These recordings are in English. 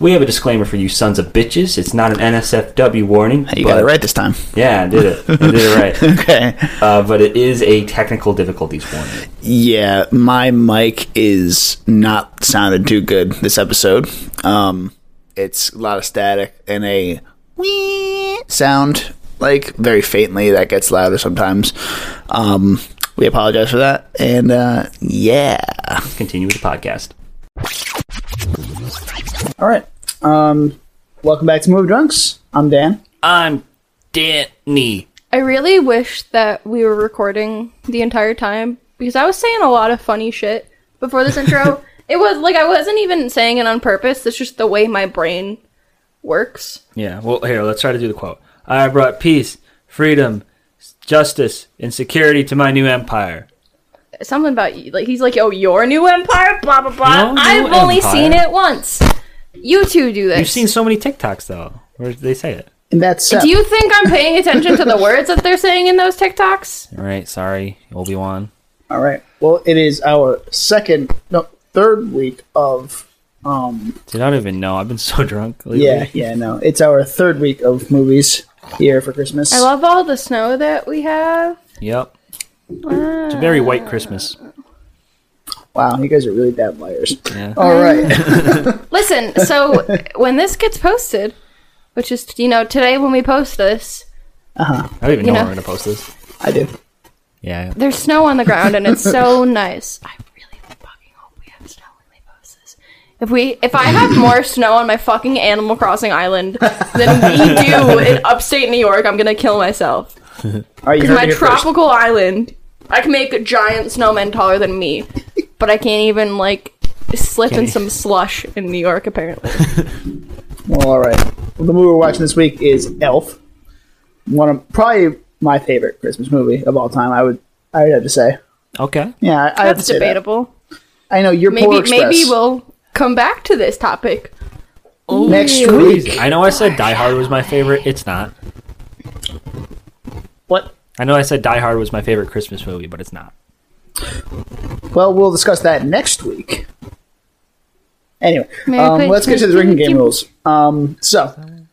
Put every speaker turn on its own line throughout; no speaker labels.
We have a disclaimer for you sons of bitches. It's not an NSFW warning.
Hey, you got
but-
it right this time.
Yeah, I did it. I did it right.
Okay.
Uh, but it is a technical difficulties warning.
Yeah, my mic is not sounded too good this episode. Um, it's a lot of static and a wee sound, like very faintly. That gets louder sometimes. Um, we apologize for that. And uh, yeah,
Let's continue with the podcast.
all right. Um, welcome back to Movie Drunks. I'm Dan.
I'm Danny.
I really wish that we were recording the entire time because I was saying a lot of funny shit before this intro. It was like I wasn't even saying it on purpose. That's just the way my brain works.
Yeah, well, here, let's try to do the quote. I brought peace, freedom, justice, and security to my new empire.
Something about you, like he's like, "Oh, your new empire, blah blah blah."
No new
I've only
empire.
seen it once. You two do this.
You've seen so many TikToks, though, where they say it.
And that's Sep.
do you think I'm paying attention to the words that they're saying in those TikToks?
All right, sorry, Obi Wan.
All right. Well, it is our second, no, third week of um
Dude, I don't even know. I've been so drunk lately.
Yeah, yeah, no. It's our third week of movies here for Christmas.
I love all the snow that we have.
Yep. It's a very white Christmas.
wow, you guys are really bad liars.
Yeah.
All
Um,
right.
Listen, so when this gets posted, which is you know today when we post this,
I don't even know,
You know.
when we're going to post this.
I do.
Yeah.
there's snow on the ground and it's so nice. I really fucking hope we have snow when we post this. If we, if I have more snow on my fucking Animal Crossing island than we do in upstate New York, I'm gonna kill myself.
All right, you
Because
heard
my
it here first.
tropical island, I can make a giant snowman taller than me, but I can't even like slip in some slush in New York apparently.
Well, all right. Well, the movie we're watching this week is Elf. One of probably my favorite Christmas movie of all time. I would, I would have to say.
Okay.
Yeah, I, I have to
That's
say that.
debatable.
I know you're
Maybe
Polar Express.
maybe we'll come back to this topic.
next
Jeez,
week.
I know I said Die Hard was my favorite. It's not.
What?
I know I said Die Hard was my favorite Christmas movie, but it's not.
Well, we'll discuss that next week. Anyway,
Merry
um, let's get to the
Christmas.
drinking game rules. Um, so,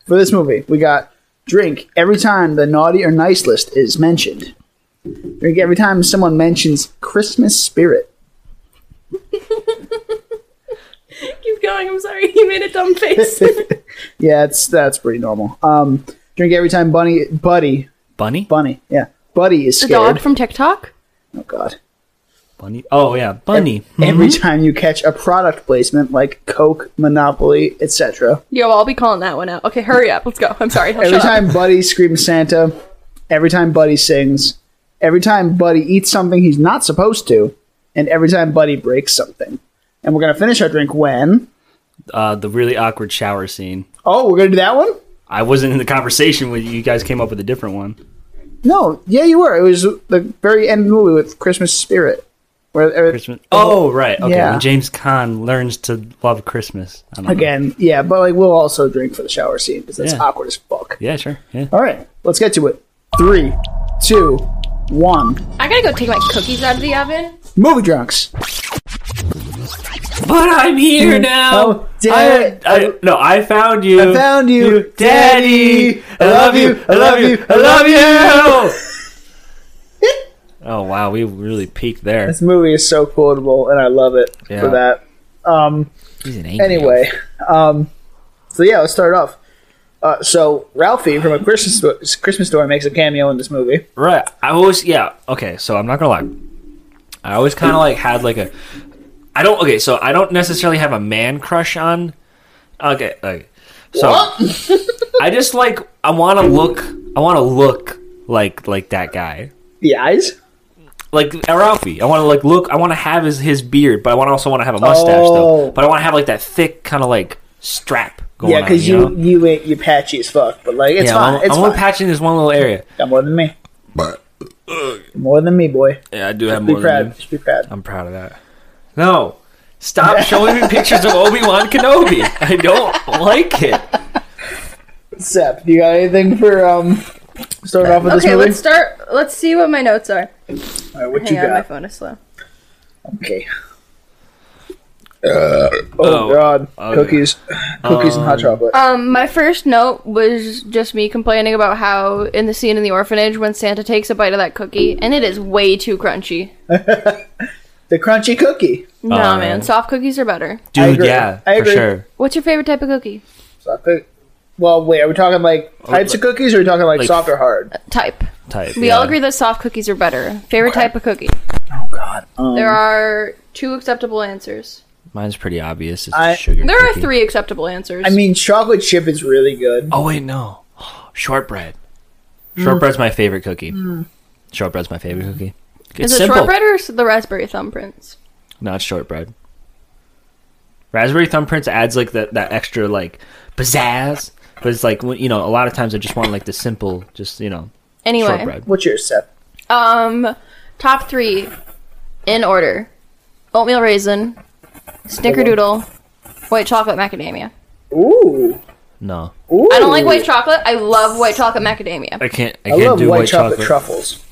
for this movie, we got drink every time the naughty or nice list is mentioned. Drink every time someone mentions Christmas spirit.
Keep going. I'm sorry. You made a dumb face.
Yeah, it's that's pretty normal. Um, drink every time Bunny, Buddy,
Bunny?
Bunny, yeah, Buddy is
the dog
scared.
from TikTok.
Oh God!
Bunny? Oh, yeah, Bunny.
Every time you catch a product placement like Coke, Monopoly, etc.
Yo, I'll be calling that one out. Okay, hurry up. Let's go. I'm sorry. I'll
Every
shut up.
time Buddy screams Santa, every time Buddy sings, every time Buddy eats something he's not supposed to, and every time Buddy breaks something. And we're gonna finish our drink when
Uh, the really awkward shower scene.
Oh, we're gonna do that one?
I wasn't in the conversation when you guys came up with a different one.
No, yeah you were. It was the very end of the movie with Christmas spirit. Where er,
Christmas. Oh, right. Okay.
Yeah.
When James Caan learns to love Christmas. I don't know.
again, yeah, but like we'll also drink for the shower scene because that's
Yeah.
awkward as fuck.
Yeah, sure. Yeah.
Alright, let's get to it. Three, two, one.
I gotta go take my cookies out of the oven.
Movie drunks.
But I'm here now.
Oh, Dad,
I, I, no, Mm. I found you.
I found you, Daddy.
Daddy. I love you. I love you. I love you. oh wow, we really peaked there.
This movie is so quotable, and I love it
Yeah.
for that. Um,
He's an angel.
anyway, um, so yeah, let's start off. Uh, so Ralphie from a Christmas Sto- Christmas story makes a cameo in this movie.
Right. I always yeah. Okay, so I'm not gonna lie. I always kind of like had like a. I don't okay. So I don't necessarily have a man crush on. Okay. okay. So I just like I want to look. I want to look like like that guy.
The eyes.
Like Ralphie, I want to like look. I want to have his his beard, but I want also want to have a mustache
Oh.
though. But I want to have like that thick kind of like strap going
Yeah,
on.
because
You,
you
know?
you ain't you patchy as fuck, but like it's
yeah,
fine.
I'm, I'm
it's fine.
only patching this one little area.
Got more than me. More than me, boy.
Yeah, I do have
Be
more. Than Oh. you.
proud. Just be proud.
I'm proud of that. No. Stop showing me pictures of Obi Wan Kenobi. I don't like it.
Sep, you got anything for um? Start off with this
Okay,
movie.
let's start. Let's see what my notes are.
All right, what
Hang
you
on, my
got?
phone is slow.
Okay. Oh,
Oh.
God,
Oh,
cookies, cookies and hot chocolate.
Um, my first note was just me complaining about how in the scene in the orphanage when Santa takes a bite of that cookie and it is way too crunchy.
the crunchy cookie,
Nah,
Uh,
man, soft cookies are better.
Dude,
I agree.
yeah,
I
for
agree.
sure.
What's your favorite type of cookie?
Soft cook- Well, wait, are we talking Oh, like types of cookies, or are we talking like,
like-
soft or hard?
Type.
Type.
We
yeah.
all agree that soft cookies are better. Favorite type of cookie.
Oh God, um,
There are two acceptable answers.
Mine's pretty obvious. It's
I-
sugar.
There are
cookie.
three acceptable answers.
I mean, chocolate chip is really good.
Oh wait, no. Shortbread. Shortbread's my favorite cookie. Shortbread's my favorite cookie. It's
Mm. is it
simple.
shortbread or is it the raspberry thumbprints?
Not shortbread. Raspberry thumbprints adds like that that extra like pizzazz. But it's like when- you know, a lot of times I just want like the simple, just you know,
Anyway,
shortbread.
What's yours, Seth?
um, top three in order: oatmeal raisin, snickerdoodle, white chocolate macadamia.
Ooh,
No,
ooh.
I don't like white chocolate. I love white chocolate macadamia.
I can't. I,
I
can't
love
do
white, chocolate, truffles.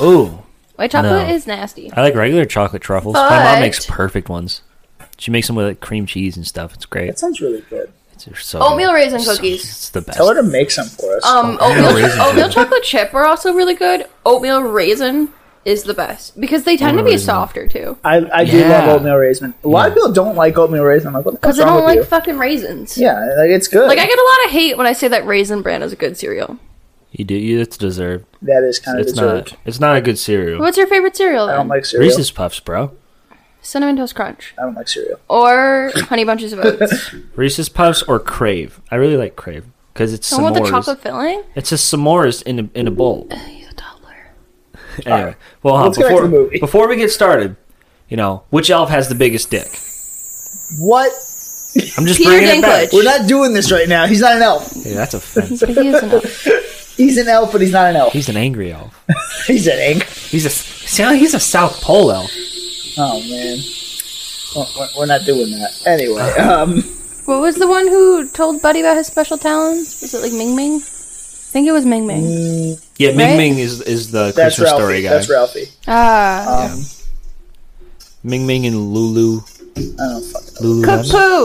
Ooh,
White chocolate
No.
is nasty.
I like regular chocolate truffles. My mom
But-
makes perfect ones. She makes them with like cream cheese and stuff. It's great.
That sounds really good.
It's they're so
Oatmeal raisin
so-
cookies.
It's the best.
Tell her to make some for us.
Um, oatmeal, oatmeal chocolate chip are also really good. Oatmeal raisin is the best because they tend to be softer too.
I, I do
yeah.
love oatmeal raisin. A lot of people don't like oatmeal raisin. I'm like, what the fuck's
Because I
wrong
don't
with you?
like fucking raisins.
yeah, like it's good.
Like I get a lot of hate when I say that raisin bran is a good cereal.
You do. You, it's deserved.
that is kind of
It's
deserved.
not. It's not a good cereal.
What's your favorite cereal? Then?
I don't like cereal.
Reese's Puffs, bro.
cinnamon toast crunch
I don't like cereal.
or honey bunches of oats.
Reese's Puffs or Crave. I really like Crave because it's
Don't want the
s'mores.
chocolate filling.
It's just s'mores in a, in a bowl.
Uh, He's a toddler.
Anyway, well, huh,
Let's go back to
before
the movie.
before we get started, you know which elf has the biggest dick?
What?
I'm just
Peter
bringing it back.
We're
Dinklage.
not doing this right now. He's not an elf.
Yeah, that's offensive.
But he is an elf.
He's an elf, but he's not an elf.
He's an angry elf.
He's an ink.
He's a sound. He's a South Pole elf.
Oh man, Well, we're- we're not doing that anyway. Um,
What was the one who told Buddy about his special talents? Was it like Ming Ming? I think it was Ming Ming.
Yeah, Ming
Right?
Ming is is the
that's
Christmas
Ralphie.
story guy.
That's Ralphie.
Ah,
Um,
Ming Ming and Lulu.
I don't fucking know.
Lulu.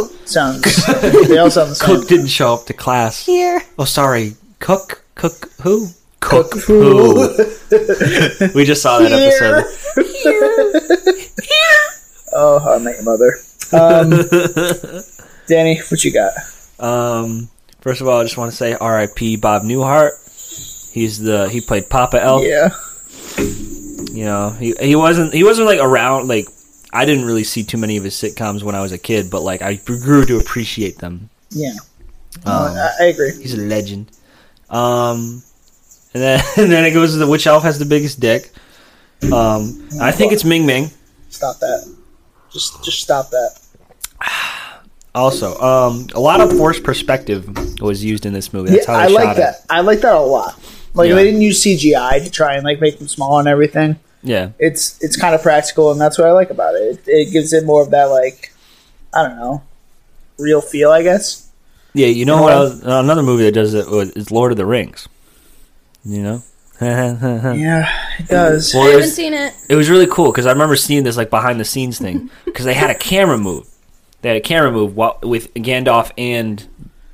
poo
Sounds. they all sound the same.
Cook didn't show up to class.
here.
Oh, sorry. Cook? Cook who? Cook,
who.
we just saw that episode.
Oh, how I met your mother. Um, Danny, what you got?
Um, first of all, I just want to say R.I.P. Bob Newhart. He's the he played Papa Elf.
Yeah,
You know, he he wasn't he wasn't like around like I didn't really see too many of his sitcoms when I was a kid, but like I grew to appreciate them.
yeah. Oh, uh,
Um,
I, I agree.
He's a legend. Um, and then and then it goes to the which elf has the biggest dick. Um, I think it's Ming Ming.
Stop that. Just, just stop that.
Also, um, a lot of forced perspective was used in this movie. That's
Yeah,
how they
I
shot
like
it.
that. I like that a lot. Like
Yeah.
they didn't use CGI to try and like make them small and everything.
Yeah,
It's it's kind of practical, and that's what I like about it. It, it gives it more of that like I don't know real feel, I guess.
yeah. You know
know
what?
what?
else- uh, another movie that does it was, is Lord of the Rings. You know. well,
Yeah, it does.
I
it
haven't
was,
seen it.
it was really cool because I remember seeing this like behind the scenes thing because they had a camera move. They had a camera move while, with Gandalf and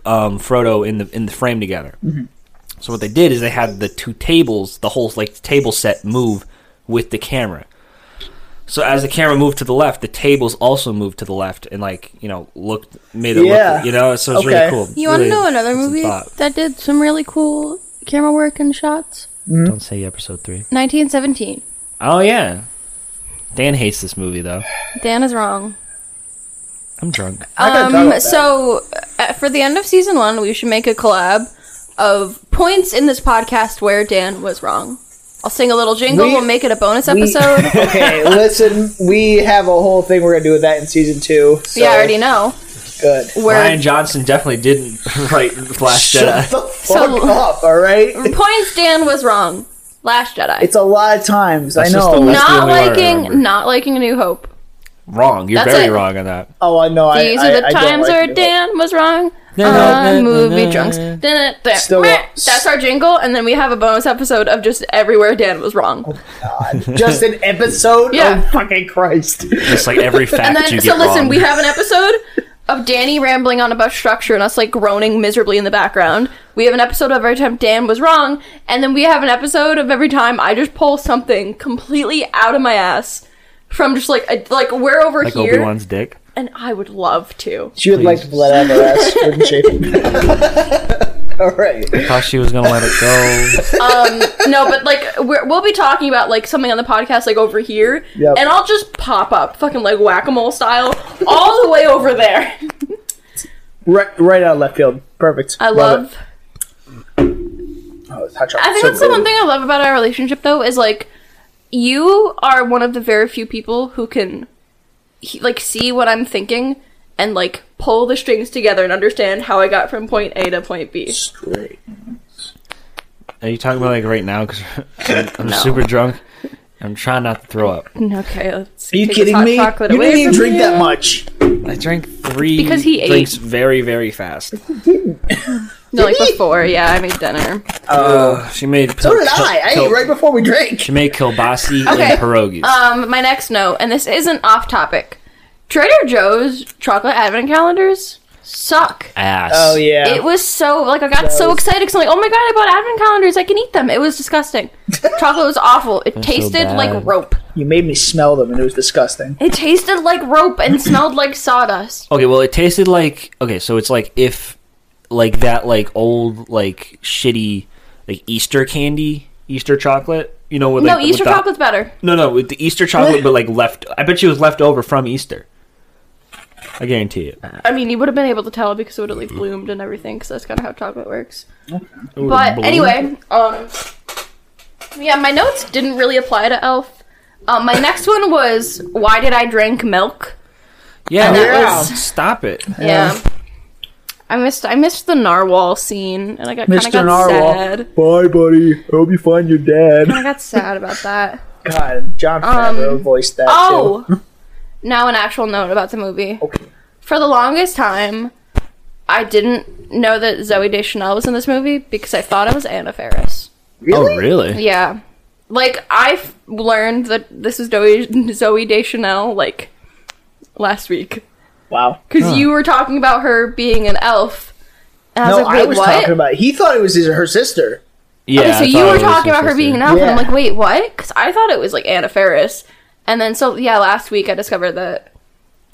um, Frodo in the in the frame together.
Mm-hmm.
So what they did is they had the two tables, the whole like table set move with the camera. So as the camera moved to the left, the tables also moved to the left and like you know looked made it
Yeah.
look you know so it's
Okay.
really cool.
You want to
Really-
know another
it's a
movie
thought.
that did some really cool camera work and shots?
Mm-hmm.
Don't say episode three.
1917.
Oh yeah, Dan hates this movie though.
Dan is wrong.
I'm drunk.
I gotta talk about
Um,
that.
so uh, for the end of season one, we should make a collab of points in this podcast where Dan was wrong. I'll sing a little jingle.
We-
We, will make it a bonus
We-
episode.
okay, listen, we have a whole thing we're gonna do with that in season two. So
yeah, I already know.
Good.
Where
Ryan Johnson definitely didn't write Last
Shut
Jedi.
the fuck
So-
up, all right?
points Dan was wrong. Last Jedi.
It's a lot of times.
That's
I
just
know.
the last-
not
the only one I remember.
liking, not liking A New Hope.
Wrong. You're
That's
very
it.
wrong on that.
oh, I know. I-
These
I,
are the
I don't
times
like
where
New Hope.
Dan was wrong. Uh, movie drunks.
Still up.
That's our jingle, and then we have a bonus episode of just everywhere Dan was wrong.
Just an episode?
Yeah.
Oh, fucking Christ.
Just like every fact
and then
you
so
get
listen,
wrong.
we have an episode of Danny rambling on about structure and us like groaning miserably in the background. We have an episode of every time Dan was wrong, and then we have an episode of every time I just pull something completely out of my ass from just like a, like we're over
like
here,
Obi Wan's dick.
and I would love to.
She would like to let out her ass, wouldn't she? All right.
Thought she was gonna let it go.
no, but like we're, we'll be talking about like something on the podcast like over here,
Yep.
and I'll just pop up fucking like whack a mole style all the way over there.
Right, right out of left field. Perfect.
I love.
it. Oh, touch up.
I think
So
that's the one
good.
thing I love about our relationship, though, is like you are one of the very few people who can he- like see what I'm thinking and like pull the strings together and understand how I got from point A to point B.
Straight.
Are you talking about like right now? Because I'm, I'm
No.
super drunk. I'm trying not to throw up.
Okay, let's
Are you
take this
kidding
hot
me? You
chocolate
didn't
away
even
from
drink
you.
that much.
I drank three
Because he ate.
drinks very very fast.
No, like before, yeah, I made dinner.
Uh, she made.
So did I. I ate right before we drank.
She made kielbasi
Okay.
and pierogies.
Um, my next note, and this isn't off topic. Trader Joe's chocolate advent calendars suck.
Ass.
Oh, yeah.
It was so like I got so excited because I'm like, oh my god, I bought advent calendars. I can eat them. It was disgusting. Chocolate was awful. It tasted
bad.
like rope.
you made me smell them, and it was disgusting.
It tasted like rope and smelled like sawdust.
Okay, well, it tasted like okay, so it's like if like that like old like shitty like Easter candy, Easter chocolate. You know, with like,
no,
with
Easter
the-
chocolate's better.
No, no, with the Easter chocolate, but like left. I bet you it was left over from Easter. I guarantee it.
I mean, you would have been able to tell because it would have like bloomed and everything. Because that's kind of how chocolate works. But anyway, um, yeah, my notes didn't really apply to e Elf. Um, my next one was why did I drink milk?
yeah,
and that
yeah.
was-
stop it.
Yeah. I missed I missed the narwhal scene and I got kind of got sad.
Bye, buddy. I hope you find your dad.
I got sad about that.
God, John Favreau voiced that. too.
Um, Oh. now an actual note about the movie.
Okay.
For the longest time, I didn't know that Zoe Deschanel was in this movie because I thought it was Anna Faris.
Really?
Oh, really?
Yeah. Like I've learned that this is Zoe Zoe Deschanel like last week
Wow.
because you were talking about her being an elf. And I was
No,
like, wait,
I was
what?
talking about. He thought it was his, her sister.
Yeah.
Okay, so
I
you
thought it
were
was
talking about her
supposed
being an
to-
elf, and
Yeah.
I'm like, wait, what? Because I thought it was like Anna Faris, and then so yeah, last week I discovered that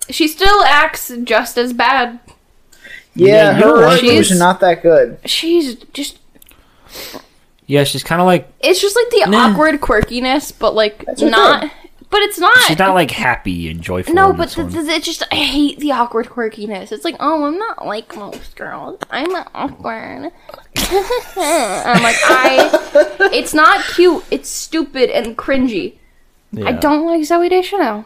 she still acts just as bad.
Yeah,
you know
her
what?
movies are
She's-
not that good.
She's just.
Yeah, she's kind of like
It's just like the
Nah.
awkward quirkiness, but like
her
not. But it's not.
she's not like happy and joyful.
no,
in
but
this
th-
one.
th- it's just I hate the awkward quirkiness. It's like, oh, I'm not like most girls. I'm awkward. I'm like I. It's not cute. It's stupid and cringy. I
Yeah.
don't like Zoe Deschanel.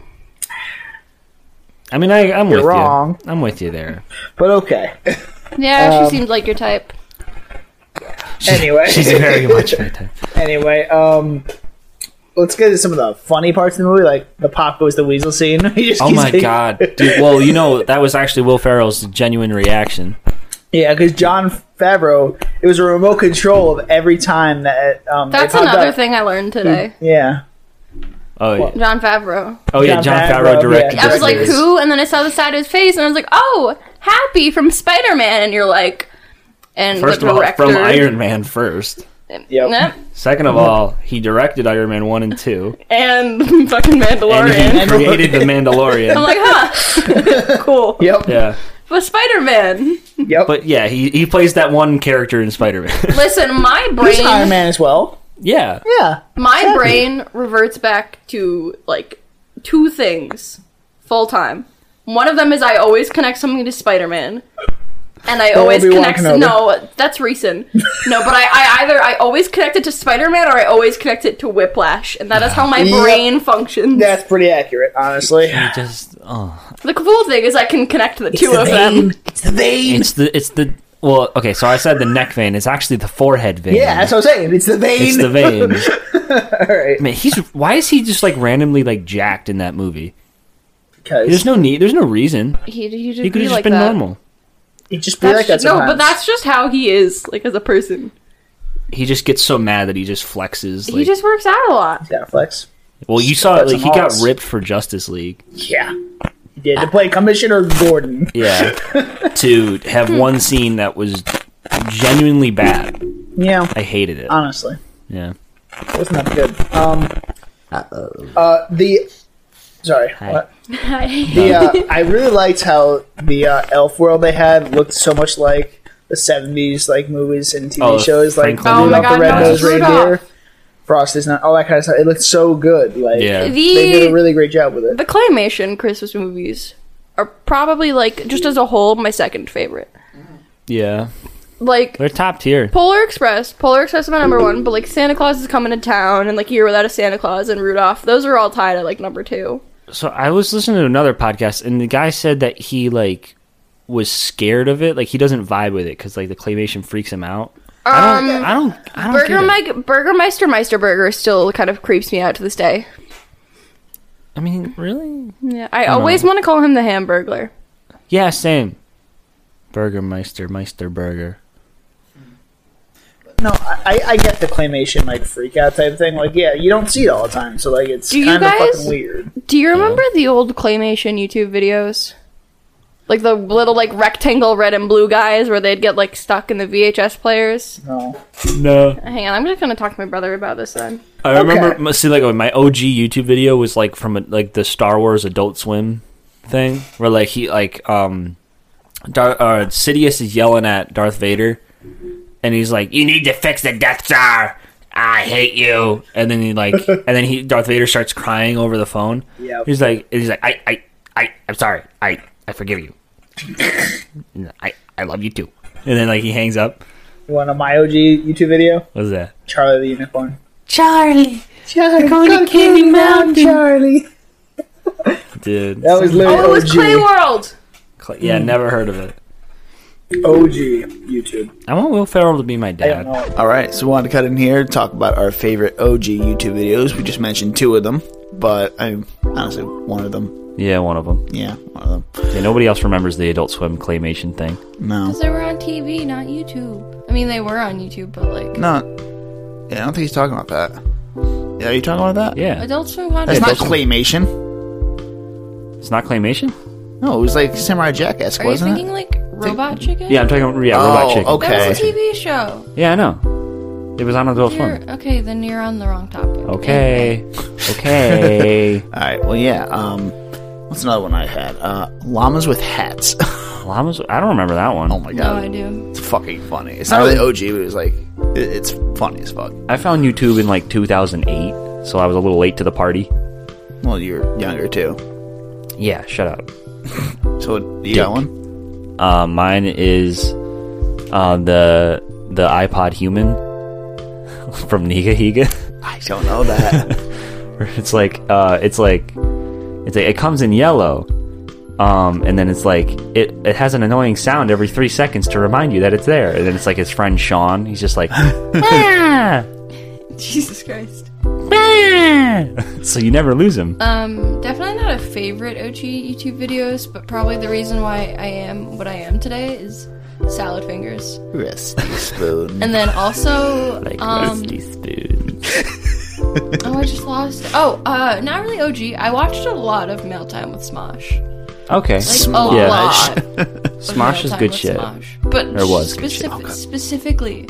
I mean, I, I'm with
wrong.
you. I'm with you there.
But okay.
Yeah,
Um,
she seemed like your type.
anyway.
She's very much my type.
anyway, um. Let's get to some of the funny parts of the movie, like the pop goes the weasel scene. He just
Oh
keeps
my
saying-
god, dude! Well, you know that was actually Will Ferrell's genuine reaction.
Yeah, because John Favreau, it was a remote control of every time that. Um, they
That's
popped
another
up.
thing I learned today.
Yeah.
Oh, yeah.
John Favreau.
oh yeah,
John
John
Favreau,
Favreau
yeah.
directed.
I was
Directed
like,
this.
who? And then I saw the side of his face, and I was like, oh, Happy from Spider Man. And you're like, and
First
the
of all,
director.
from Iron Man first.
Yep.
Yep.
Second of all, he directed Iron Man one and two,
And fucking
and
Mandalorian.
he created the
I'm
Mandalorian.
like, huh. cool.
Yep.
Yeah,
But Spider Man.
Yep.
but yeah, he he plays that one character in Spider Man.
Listen, my
He's Iron
brain,
Man as well.
yeah,
Yeah.
my brain reverts back to like two things full time. One of them is I always connect something to Spider Man. And I always
Obi-Wan
connect.
Kenobi.
No, that's recent. No, but I, I either I always connect it to Spider Man or I always connect it to Whiplash, and that is how my
Yep.
brain functions.
That's pretty accurate, honestly.
he just oh,
The cool thing is I can connect the two of them.
It's the vein.
it's the it's the well, okay. So I said the neck vein. It's actually the forehead vein.
yeah, that's what I'm saying. It's the vein.
it's the vein.
All right.
Man, he's why is he just like randomly like jacked in that movie?
Because
There's no need. There's no reason.
He, he,
He could have just
like
been
that.
normal.
You just be
That's
like that
just- no,
sometimes.
but that's just how he is, like as a person.
He just gets so mad that he just flexes.
he
like-
just works out a lot.
Gotta flex.
well, you saw
Flex
like he
and
got
hogs.
ripped for Justice League.
Yeah. He did to play Commissioner Gordon.
Yeah, to have
Hmm.
one scene that was genuinely bad.
Yeah.
I hated
Um,
it.
Honestly.
Yeah.
Wasn't that good? Um uh the sorry. What? The uh, I really liked how the uh, elf world they had looked so much like the seventies like movies and TV
Oh,
shows like
Franklin Oh my
Rudolph
God,
the Red Nosed
Moses
Reindeer,
Rudolph.
Frosty's not all that kind of stuff. It looked so good. Like
Yeah.
they did a
The
really great job with it.
the claymation Christmas movies are probably like just as a whole my second favorite.
Yeah.
Like
They're top tier.
Polar Express, Polar Express is my number one, but like Santa Claus is coming to town and like Year Without a Santa Claus and Rudolph, those are all tied at like number two.
So I was listening to another podcast, and the guy said that he like was scared of it. Like he doesn't vibe with it because like the claymation freaks him out. I don't. I don't. I don't.
Um, Burger
get it.
Mike, Burgermeister Meister Burger still kind of creeps me out to this day.
I mean, really?
Yeah, I always want to call him the Hamburglar.
Yeah, same. Burgermeister, Meister Burger.
No, I, I get the claymation like freak out type thing. Like yeah, you don't see it all the time, so like it's
Do you
kind of
guys-
fucking weird.
Do you remember the old claymation YouTube videos? Like the little like rectangle red and blue guys where they'd get like stuck in the VHS players.
No.
No,
Hang on, I'm just gonna talk to my brother about this then.
I remember. See, like my OG YouTube video was like from a, like the Star Wars Adult Swim thing, where like he like um, Dar- uh, Sidious is yelling at Darth Vader, and he's like, "You need to fix the Death Star. I hate you." And then he like, and then he Darth Vader starts crying over the phone.
Yeah.
he's like, and he's like, "I, I, I, I'm sorry. I, I forgive you. I, I love you too." And then like he hangs up.
You want a my OG YouTube video?
What is that?
Charlie the Unicorn.
Charlie,
Charlie,
going to Candy Mountain,
Charlie.
dude.
That was literally
Oh, it was Clay
OG,
World.
Cl- Yeah, never heard of it.
OG YouTube.
I want Will Ferrell to be my
I
dad.
don't know.
All right, so we wanted to cut in here and talk about our favorite OG YouTube videos. We just mentioned two of them, but I honestly one of them.
Yeah, one of them.
Yeah, one of them.
Yeah, nobody else remembers the Adult Swim claymation thing.
No,
They were on TV, not YouTube. I mean, they were on YouTube, but like
not. Yeah, I don't think he's talking about that. Yeah, are you talking about that?
Yeah,
Adult Swim on
That's not
that's-
claymation.
it's not claymation.
No, it was like Samurai Jackass, wasn't it?
like Robot Chicken?
Yeah, I'm talking. Yeah,
Oh,
Robot Chicken.
okay. That was a
TV show.
Yeah, I know. It was on Adult Swim.
okay, then you're on the wrong topic.
Okay, okay.
All right. Well, yeah. Um, what's another one I had? Uh, llamas with hats.
Llamas. I don't remember that one.
oh my god,
do.
it's fucking funny. It's not really OG, but it's like it, it's funny as fuck.
I found YouTube in like 2008, so I was a little late to the party.
Well, you're younger too,
Yeah, shut up.
so you got one.
Uh, mine is uh, the the iPod Human from Niga Higa.
I don't know that.
It's like uh, it's like it's like it comes in yellow, um, and then it's like it it has an annoying sound every three seconds to remind you that it's there, and then it's like his friend Sean. He's just like, "Ah,
Jesus Christ.
ah." so you never lose him.
Um, definitely not a favorite OG YouTube videos, but probably the reason why I am what I am today is salad fingers.
Rusty spoon.
And then also,
like
um,
Rusty Spoon.
oh, I just lost. Oh, uh, not really OG. I watched a lot of Mail Time with Smosh.
Okay,
Like
Smosh.
a
Yeah.
lot.
Smosh is good shit.
Smosh. But
Or was good shit.
specific, specifically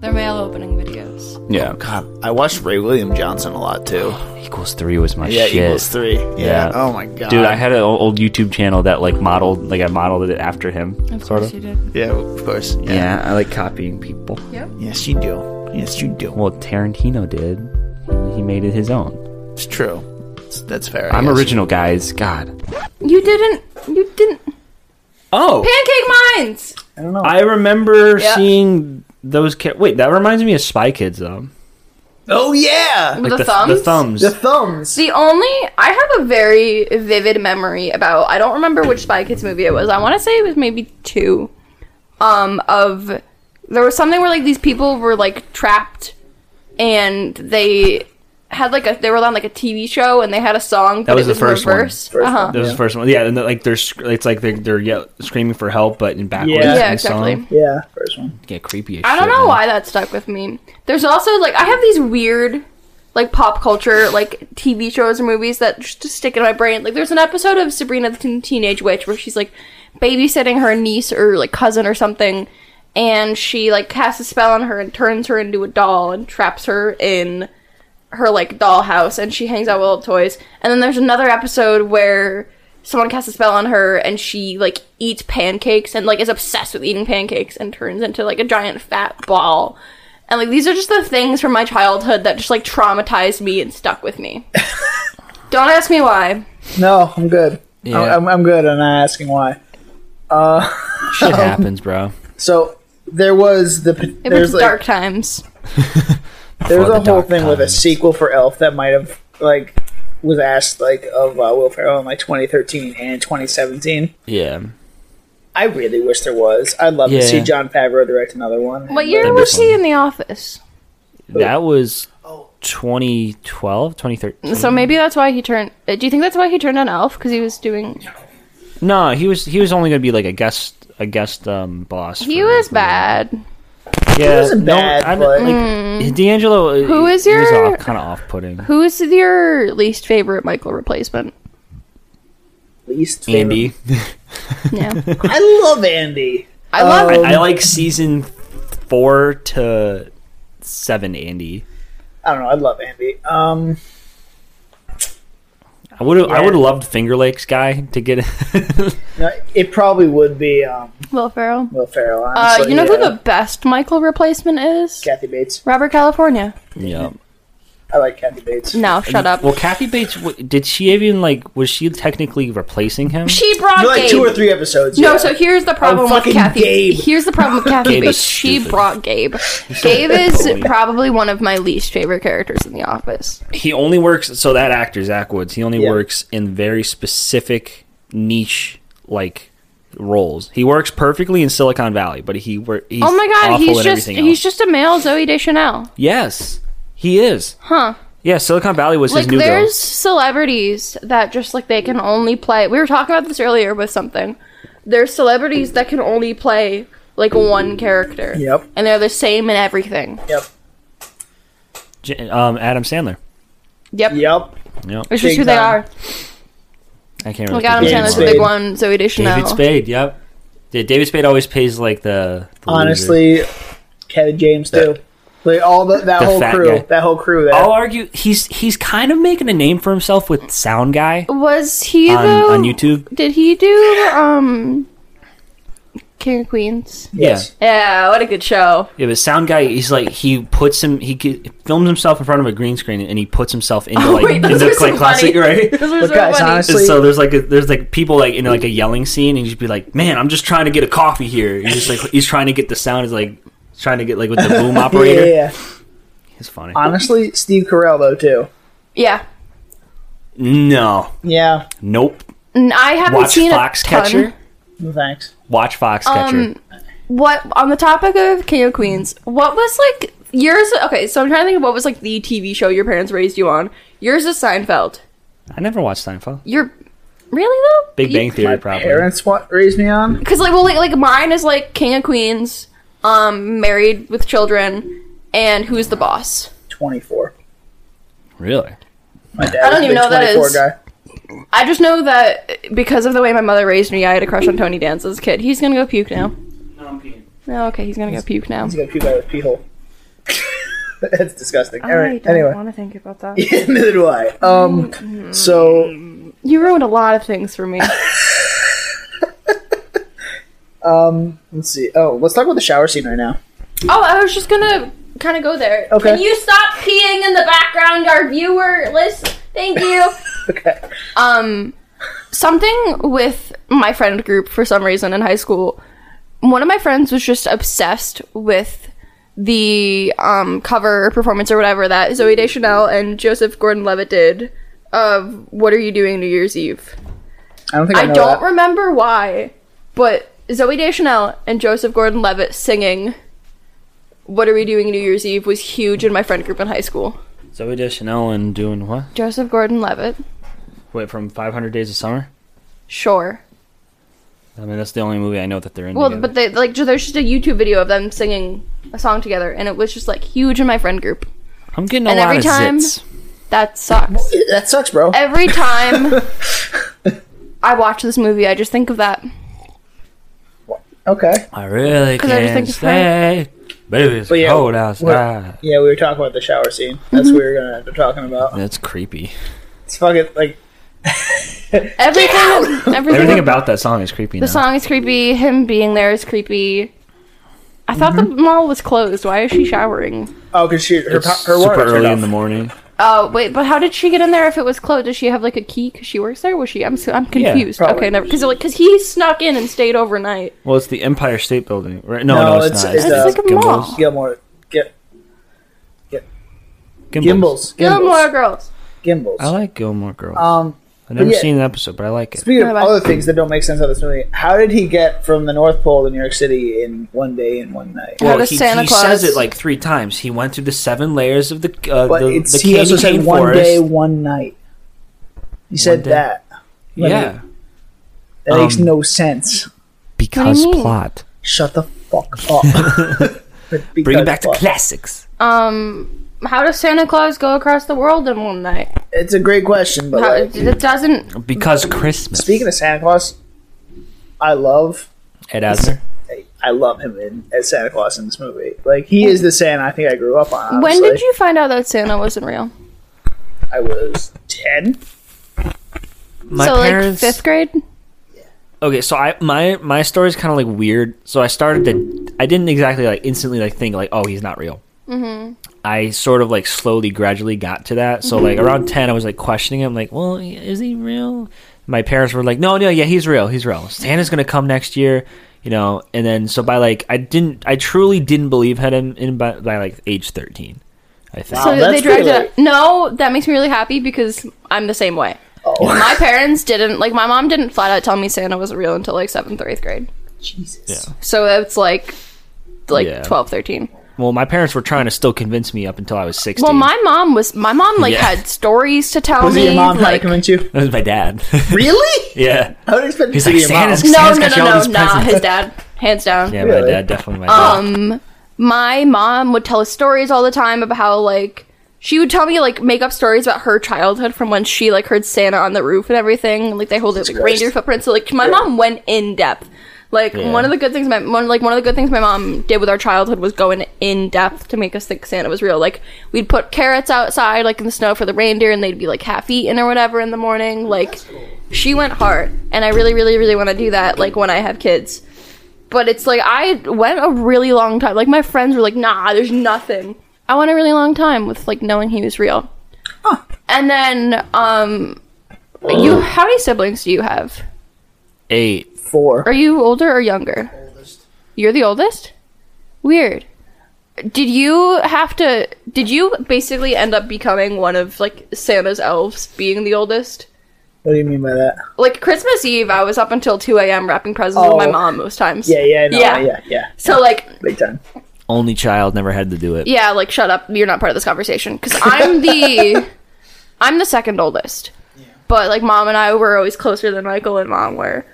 their mail opening videos.
Yeah,
God, I watched Ray William Johnson a lot too.
equals three Uh, was my
Yeah,
Oh, shit.
equals three. Yeah.
Yeah.
Oh my god,
Dude, I had an old old YouTube channel that like modeled, like I modeled it after him,
Of
sort
course
of.
you did.
Yeah, of course. Yeah.
I like copying people.
Yes, you do. Yes, you do.
Well, Tarantino did. He made it his own.
It's true. It's, that's fair. I
I'm
guess.
original, guys. God.
You didn't. You didn't.
Oh,
Pancake Minds.
I don't know.
I remember
Yeah.
seeing those. Ca- Wait, that reminds me of Spy Kids, though.
Oh yeah,
With the,
th-
thumbs.
The thumbs.
the thumbs.
The only I have a very vivid memory about I don't remember which Spy Kids movie it was. I want to say it was maybe two. Um, of there was something where like these people were like trapped, and they had like a they were on like a TV show and they had a song.
That
but
was the
it
first one.
reversed.
First
uh-huh.
That was the first one. Yeah, and they're, like they're sc- it's like they're, they're yell- screaming for help, but in backwards.
Yeah.
in
Yeah,
the
exactly.
Song.
Yeah, first one.
Get creepy. As
I don't
shit,
know
man.
why that stuck with me. There's also like I have these weird like pop culture like TV shows or movies that just just stick in my brain. Like there's an episode of Sabrina the Teen- Teenage Witch where she's like babysitting her niece or like cousin or something and she like casts a spell on her and turns her into a doll and traps her in her like dollhouse and she hangs out with all the toys. And then there's another episode where someone casts a spell on her and she like eats pancakes and like is obsessed with eating pancakes and turns into like a giant fat ball. And like these are just the things from my childhood that just like traumatized me and stuck with me. Don't ask me why.
No, I'm good.
Yeah.
I- I'm, I'm good. I'm not asking why. Uh,
Shit happens, bro.
So there was the p-
It
there's
was
like
dark times.
Before
there's a
the
whole
dark
thing with a
times.
sequel for Elf that might have like was asked like of uh, Will Ferrell in like 2013 and 2017.
Yeah.
I really wish there was. I'd love
Yeah.
to see John Favreau direct another one.
What year
That'd be
was he
fun.
in the office?
That was 2012, 2013.
Mm.
So maybe that's why he turned. uh, Do you think that's why he turned on Elf because he was doing?
No, he was he was only going to be like a guest a guest um boss.
He
for-
was
for-
bad. Mm.
Yeah, he
wasn't bad, but-
D'Angelo. uh,
Who is
He
your-
was kind of off-putting.
Who is your least favorite Michael replacement?
Least favorite-
Andy.
Yeah,
I love Andy.
I love
Um,
it.
I like season four to seven. Andy.
I don't know. I love Andy. Um,
I would have I
Yeah.
would have loved Finger Lakes guy to get.
no, it probably would be um,
Will Ferrell.
Will Ferrell.
Uh,
Honestly,
you know who
yeah.
the best Michael replacement is?
Kathy Bates.
Robert California.
yeah.
I like Kathy Bates.
No, shut up.
Well, Kathy Bates w- did she even like was she technically replacing him?
She brought
For, like
Gabe.
two or three episodes.
no,
yeah.
so here's the problem with
fucking
Kathy.
Gabe.
Here's the problem with Kathy
Gabe is
Bates. She
stupid.
brought Gabe. Gabe is probably one of my least favorite characters in The Office.
he only works so that actor Zach Woods he only
Yeah.
works in very specific niche like roles. He works perfectly in Silicon Valley, but he wor- he's
oh my god,
awful
he's
in
just
everything
he's
else.
just a male Zoe Deschanel.
yes he is
Huh.
yeah Silicon Valley was
Like
his new
there's
girl.
celebrities that just like they can only play. We were talking about this earlier with something. There's celebrities that can only play like one character.
Yep.
And they're the same in everything.
Yep.
J- um, Adam Sandler.
Yep.
Yep.
No,
It's just
Big
who they
time.
are. Oh
I can't.
Like
Really
Adam
think of
David
Sandler's
anyone.
the big
Spade.
one, Zoe Deschanel.
David Spade. Yep. Yeah, David Spade always pays like the, the loser.
Honestly, Kevin James too. Like all the, that
The
whole
fat
crew.
guy. Oh,
That whole crew. There.
I'll argue he's he's kind of making a name for himself with Sound Guy
Was he
on,
though?
on YouTube.
Did he do um King of Queens?
Yes.
Yeah, what a good show.
Yeah, but Sound Guy, he's like he puts him he g- films himself in front of a green screen and he puts himself into
Oh,
like
wait, those
into
are
like
so
classic
funny.
right.
Those are
Look,
so
guys,
funny.
honestly,
And so there's like a, there's like people like in like a yelling scene and you just be like, man, I'm just trying to get a coffee here. He's just like he's trying to get the sound is like trying to get like with the boom
yeah,
operator.
yeah, yeah.
It's funny.
Honestly, Steve Carell though too.
Yeah.
no,
Yeah.
nope.
And I haven't
Watch
seen a ton.
Foxcatcher.
No thanks.
Watch Foxcatcher.
Um, what on the topic of King of Queens? What was like yours? Okay, so I'm trying to think of what was like the TV show your parents raised you on. Yours is Seinfeld.
I never watched Seinfeld.
You're really though
Big Bang Theory,
My
probably.
parents want raised me on.
because like well like, like mine is like King of Queens, um, married with children, and who's the boss?
Twenty four.
Really?
My dad.
I don't
was a
even
big
know what that
24
is.
Guy.
I just know that because of the way my mother raised me, I had a crush on Tony Danza as a kid. He's gonna go puke now.
No, I'm peeing.
Oh, okay, he's gonna go puke now.
He's got a pee guy with pee hole. That's disgusting. All
I
right.
don't
Anyway,
want to think about that.
neither do I. Um. So
You ruined a lot of things for me.
Let's see. Oh, let's talk about the shower scene right now.
Oh, I was just gonna kind of go there.
Okay.
Can you stop peeing in the background, our viewer? Listen, thank you.
Okay.
um, something with my friend group for some reason in high school. One of my friends was just obsessed with the um cover performance or whatever that Zoe Deschanel and Joseph Gordon-Levitt did of "What Are You Doing New Year's Eve."
I don't think I,
I
know
don't
that.
remember why, but Zoe Deschanel and Joseph Gordon-Levitt singing "What Are We Doing New Year's Eve" was huge in my friend group in high school.
Zoe Deschanel and doing what?
Joseph Gordon-Levitt.
Wait, from 500 Days of Summer?
Sure.
I mean, that's the only movie I know that they're in.
Well,
together.
but they like ju- there's just a YouTube video of them singing a song together, and it was just like huge in my friend group.
I'm getting a
and
lot
every
of
time-
zits.
That sucks.
That sucks, bro.
Every time I watch this movie, I just think of that.
Okay.
I really
'Cause I just
can't
think it's fine.
stay. Baby, it's
But yeah,
cold
we're-
outside.
Yeah, we were talking about the shower scene.
Mm-hmm.
That's what we were gonna end up talking about.
That's creepy.
It's fucking like
Everything, everything,
Everything about that song is creepy.
the
now.
song is creepy. Him being there is creepy. I thought
Mm-hmm.
the mall was closed. Why is she showering?
oh, cause she her,
It's
po- her water
super
got turned
early in
off.
the morning.
Oh wait, but how did she get in there if it was closed? Does she have like a key? Cause she works there. Was she? I'm s- I'm confused.
probably.
okay, never. Cause like, cause he snuck in and stayed overnight.
Well, it's the Empire State Building. Right? No,
No,
no, it's,
it's-
not.
it's,
It's
uh,
like a
Gimbals.
mall.
Gilmore, Gi-
Gimbals.
Gimbals,
Gilmore
Gimbals,
Girls.
Gimbals.
I like Gilmore Girls.
Um,
I've never
yeah.
seen an episode, but I like it.
speaking of
What about-
other things that don't make sense out of this movie, how did he get from the North Pole to New York City in one day and one night?
How does Santa Claus-
says it like three times. He went through the seven layers of the uh,
But
the,
it's
the
he
candy
also
cane
said one
forest.
day, one night. He said
day.
that. Let me-
yeah,
that makes
Um,
no sense.
because
mean?
plot.
Shut the fuck up. But
Bring
because
it back to
fuck.
classics.
Um, how does Santa Claus go across the world in one night?
It's a great question, but
How,
like,
it doesn't.
Because Christmas.
speaking of Santa Claus, I love
Ed Asner.
I love him in, as Santa Claus in this movie. Like he is the Santa I think I grew up on.
When
honestly.
did you find out that Santa wasn't real?
I was ten.
My
so
parents.
like fifth grade.
okay, so I my my story's kind of like weird. So I started to. I didn't exactly like instantly like think like oh he's not real.
Mm-hmm.
I sort of like slowly, gradually got to that. So
Mm-hmm.
like around ten, I was like questioning him, like, well, is he real? My parents were like, no, no, yeah, he's real, he's real. Santa's gonna come next year, you know. And then so by like I didn't, I truly didn't believe had him in by, by like age thirteen. I think.
Wow,
so they
Oh, that's
dragged
pretty
it. out- No, that makes me really happy because I'm the same way.
Oh
My parents didn't like. My mom didn't flat out tell me Santa wasn't real until like seventh or eighth grade.
Jesus!
So it's like like
Yeah.
twelve, thirteen. 12, 13.
Well, my parents were trying to still convince me up until I was sixteen.
Well, my mom was. My mom like
Yeah.
had stories to tell
Was it
me.
your mom trying to
like,
convince you?
that was my dad.
Really?
yeah,
I would expect it
He's
to be
like,
your mom.
Santa's-
no,
Santa's
no,
got you all
no, no,
these
nah.
presents.
His dad, hands down.
yeah, my
Really?
dad definitely my dad.
um my mom would tell us stories all the time about how like she would tell me like make up stories about her childhood from when she like heard Santa on the roof and everything. and, Like they hold it like
Christ.
reindeer footprints. So like my mom went in depth. Like
Yeah.
one of the good things my one, like one of the good things my mom did with our childhood was go in in depth to make us think Santa was real. Like we'd put carrots outside like in the snow for the reindeer and they'd be like half eaten or whatever in the morning. Like she went hard and I really really really want to do that like when I have kids but it's like I went a really long time. Like my friends were like, "Nah, there's nothing." I went a really long time with like knowing he was real. And then, um, you how many siblings do you have?
Eight.
Four.
Are you older or younger? You're the oldest. Weird. Did you have to? Did you basically end up becoming one of like Santa's elves, being the oldest?
What do you mean by that?
Like Christmas Eve, I was up until two a.m. wrapping presents
Oh.
with my mom most times.
Yeah, yeah, no,
Yeah.
yeah, yeah, yeah.
So like
Big time.
Only child never had to do it.
yeah like shut up you're not part of this conversation because i'm the i'm the second oldest but like mom and i were always closer than michael and mom were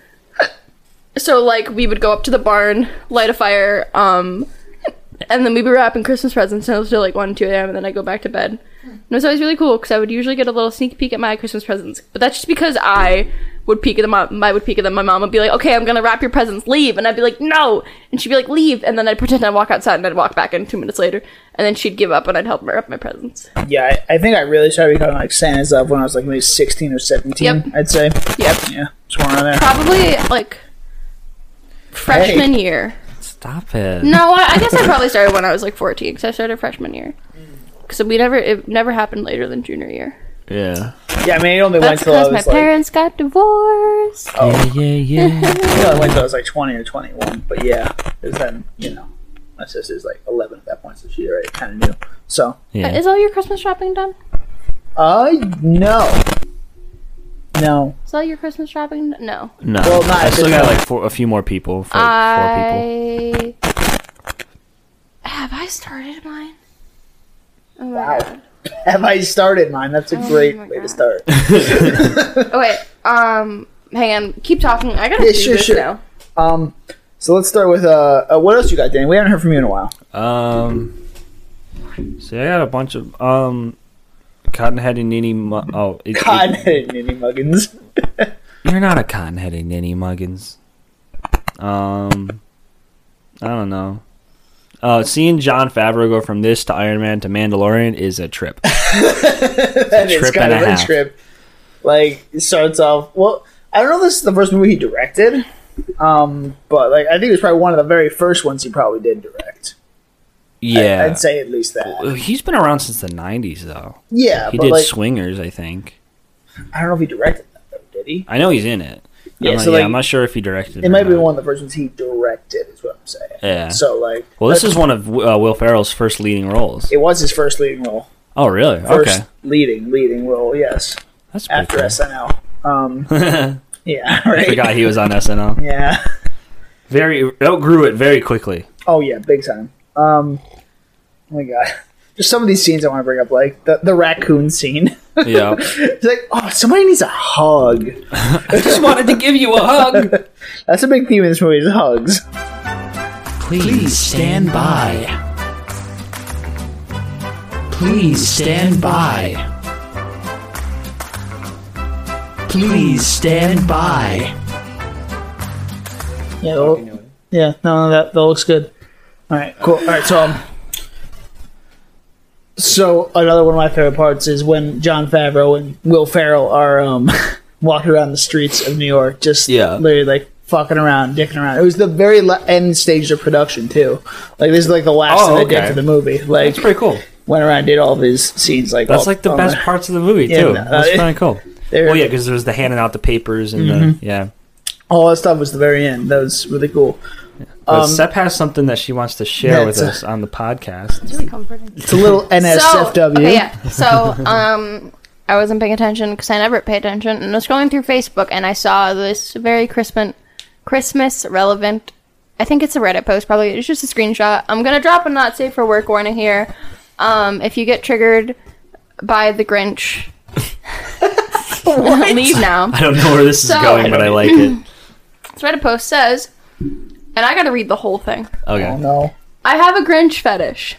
so like we would go up to the barn light a fire um and then we'd be wrapping christmas presents until till, like 1 2 a.m and then i go back to bed and it was always really cool because i would usually get a little sneak peek at my christmas presents but that's just because i would peek at them i would peek at them my mom would be like okay i'm gonna wrap your presents leave and i'd be like no and she'd be like leave and then i'd pretend i'd walk outside and i'd walk back in two minutes later and then she'd give up and i'd help her wrap my presents
Yeah, I, I think I really started becoming like Santa's love when I was like maybe sixteen or seventeen.
Yep.
I'd say.
yep
Yeah, somewhere around there.
probably like freshman year
Stop it.
No, I, I guess I probably started when I was like 14 because I started freshman year.
Mm.
Because we never, it never happened later than junior year.
Yeah.
Yeah, I mean, it only went
That's
till I
because
was
my
like,
parents got divorced.
Yeah, yeah, yeah.
it only went till I was like twenty or twenty-one. But yeah, because then you know, my sister's like eleven at that point, so she already kind of knew. So,
yeah.
Is all your Christmas shopping done?
I no, no.
Is all your Christmas shopping done? No.
No.
Well, not
I
at
still
this
got
point.
like four, a few more people. For, four people.
I. Have I started mine? Oh my
Wow.
god.
Have I started mine? That's a
Oh
great
my
way to
God.
start.
Okay, um, hang on. Keep talking. I gotta
Yeah,
do
sure,
this
sure.
now.
Um, so let's start with uh, uh, what else you got, Dan? We haven't heard from you in a while.
Um, see, I got a bunch of um, cottonhead and ninny. Mu- oh, it, it-
God, Ninny Muggins.
you're not a cottonhead and ninny muggins. Um, I don't know. Uh, seeing John Favreau go from this to Iron Man to Mandalorian is a trip.
That is
trip and
kind of
a
a
half.
trip. Like it starts off. Well, I don't know. If this is the first movie he directed. Um, but like I think it was probably one of the very first ones he probably did direct.
Yeah,
I'd say at least that.
Uh, he's been around since the '90s though.
Yeah,
He
but
did
like
Swingers, I think.
I don't know if he directed that though. Did he?
I know he's in it.
Yeah,
I'm, not-
so, like,
I'm not sure if he directed.
It
or
might be
not.
one of the first ones he directed. Is what I'm saying.
Yeah.
So like,
Well, this
but
is one of uh, Will Ferrell's first leading roles.
it was his first leading role.
Oh, really?
First
okay,
leading leading role. Yes.
that's pretty
After
cool.
SNL. Um. yeah.
I
Right.
forgot he was on SNL.
Yeah.
Very outgrew it very quickly.
Oh yeah, big time. Um, oh my god, just some of these scenes I want to bring up, like the the raccoon scene.
Yeah,
it's like, oh, somebody needs a hug.
just wanted to give you a hug.
That's a big theme in this movie is hugs.
Please stand by. Please stand by. Please stand by.
Yeah, they'll- yeah, no, no, that that looks good. All right, cool. All right, so um, so another one of my favorite parts is when John Favreau and Will Ferrell are um walking around the streets of New York, just
Yeah.
literally like fucking around, dicking around. It was the very la- end stage of production too. Like this is like the last
Oh,
thing they did
okay.
for the movie. Like
It's pretty cool.
went around, did all of his scenes. Like
That's
all-
like the
all
best parts of the movie
Yeah,
too.
no,
That's
it-
kind of cool.
there.
Well, yeah, because there was the handing out the papers and
Mm-hmm.
the yeah.
All that stuff was the very end. That was really cool.
But
Um,
Sep has something that she wants to share with
that's a-
us on the podcast.
Really comforting.
It's a little
So,
NSFW.
okay, yeah. So, um, I wasn't paying attention because I never pay attention, and I was scrolling through Facebook and I saw this very Christmas, Christmas relevant. I think it's a Reddit post, probably. It's just a screenshot. I'm gonna drop a not safe for work warning here. Um, if you get triggered by the Grinch, leave now.
I don't know where this is
So-
going, but I like it.
This Reddit post says, and I gotta read the whole thing.
Oh,
Okay,
no.
I have a Grinch fetish.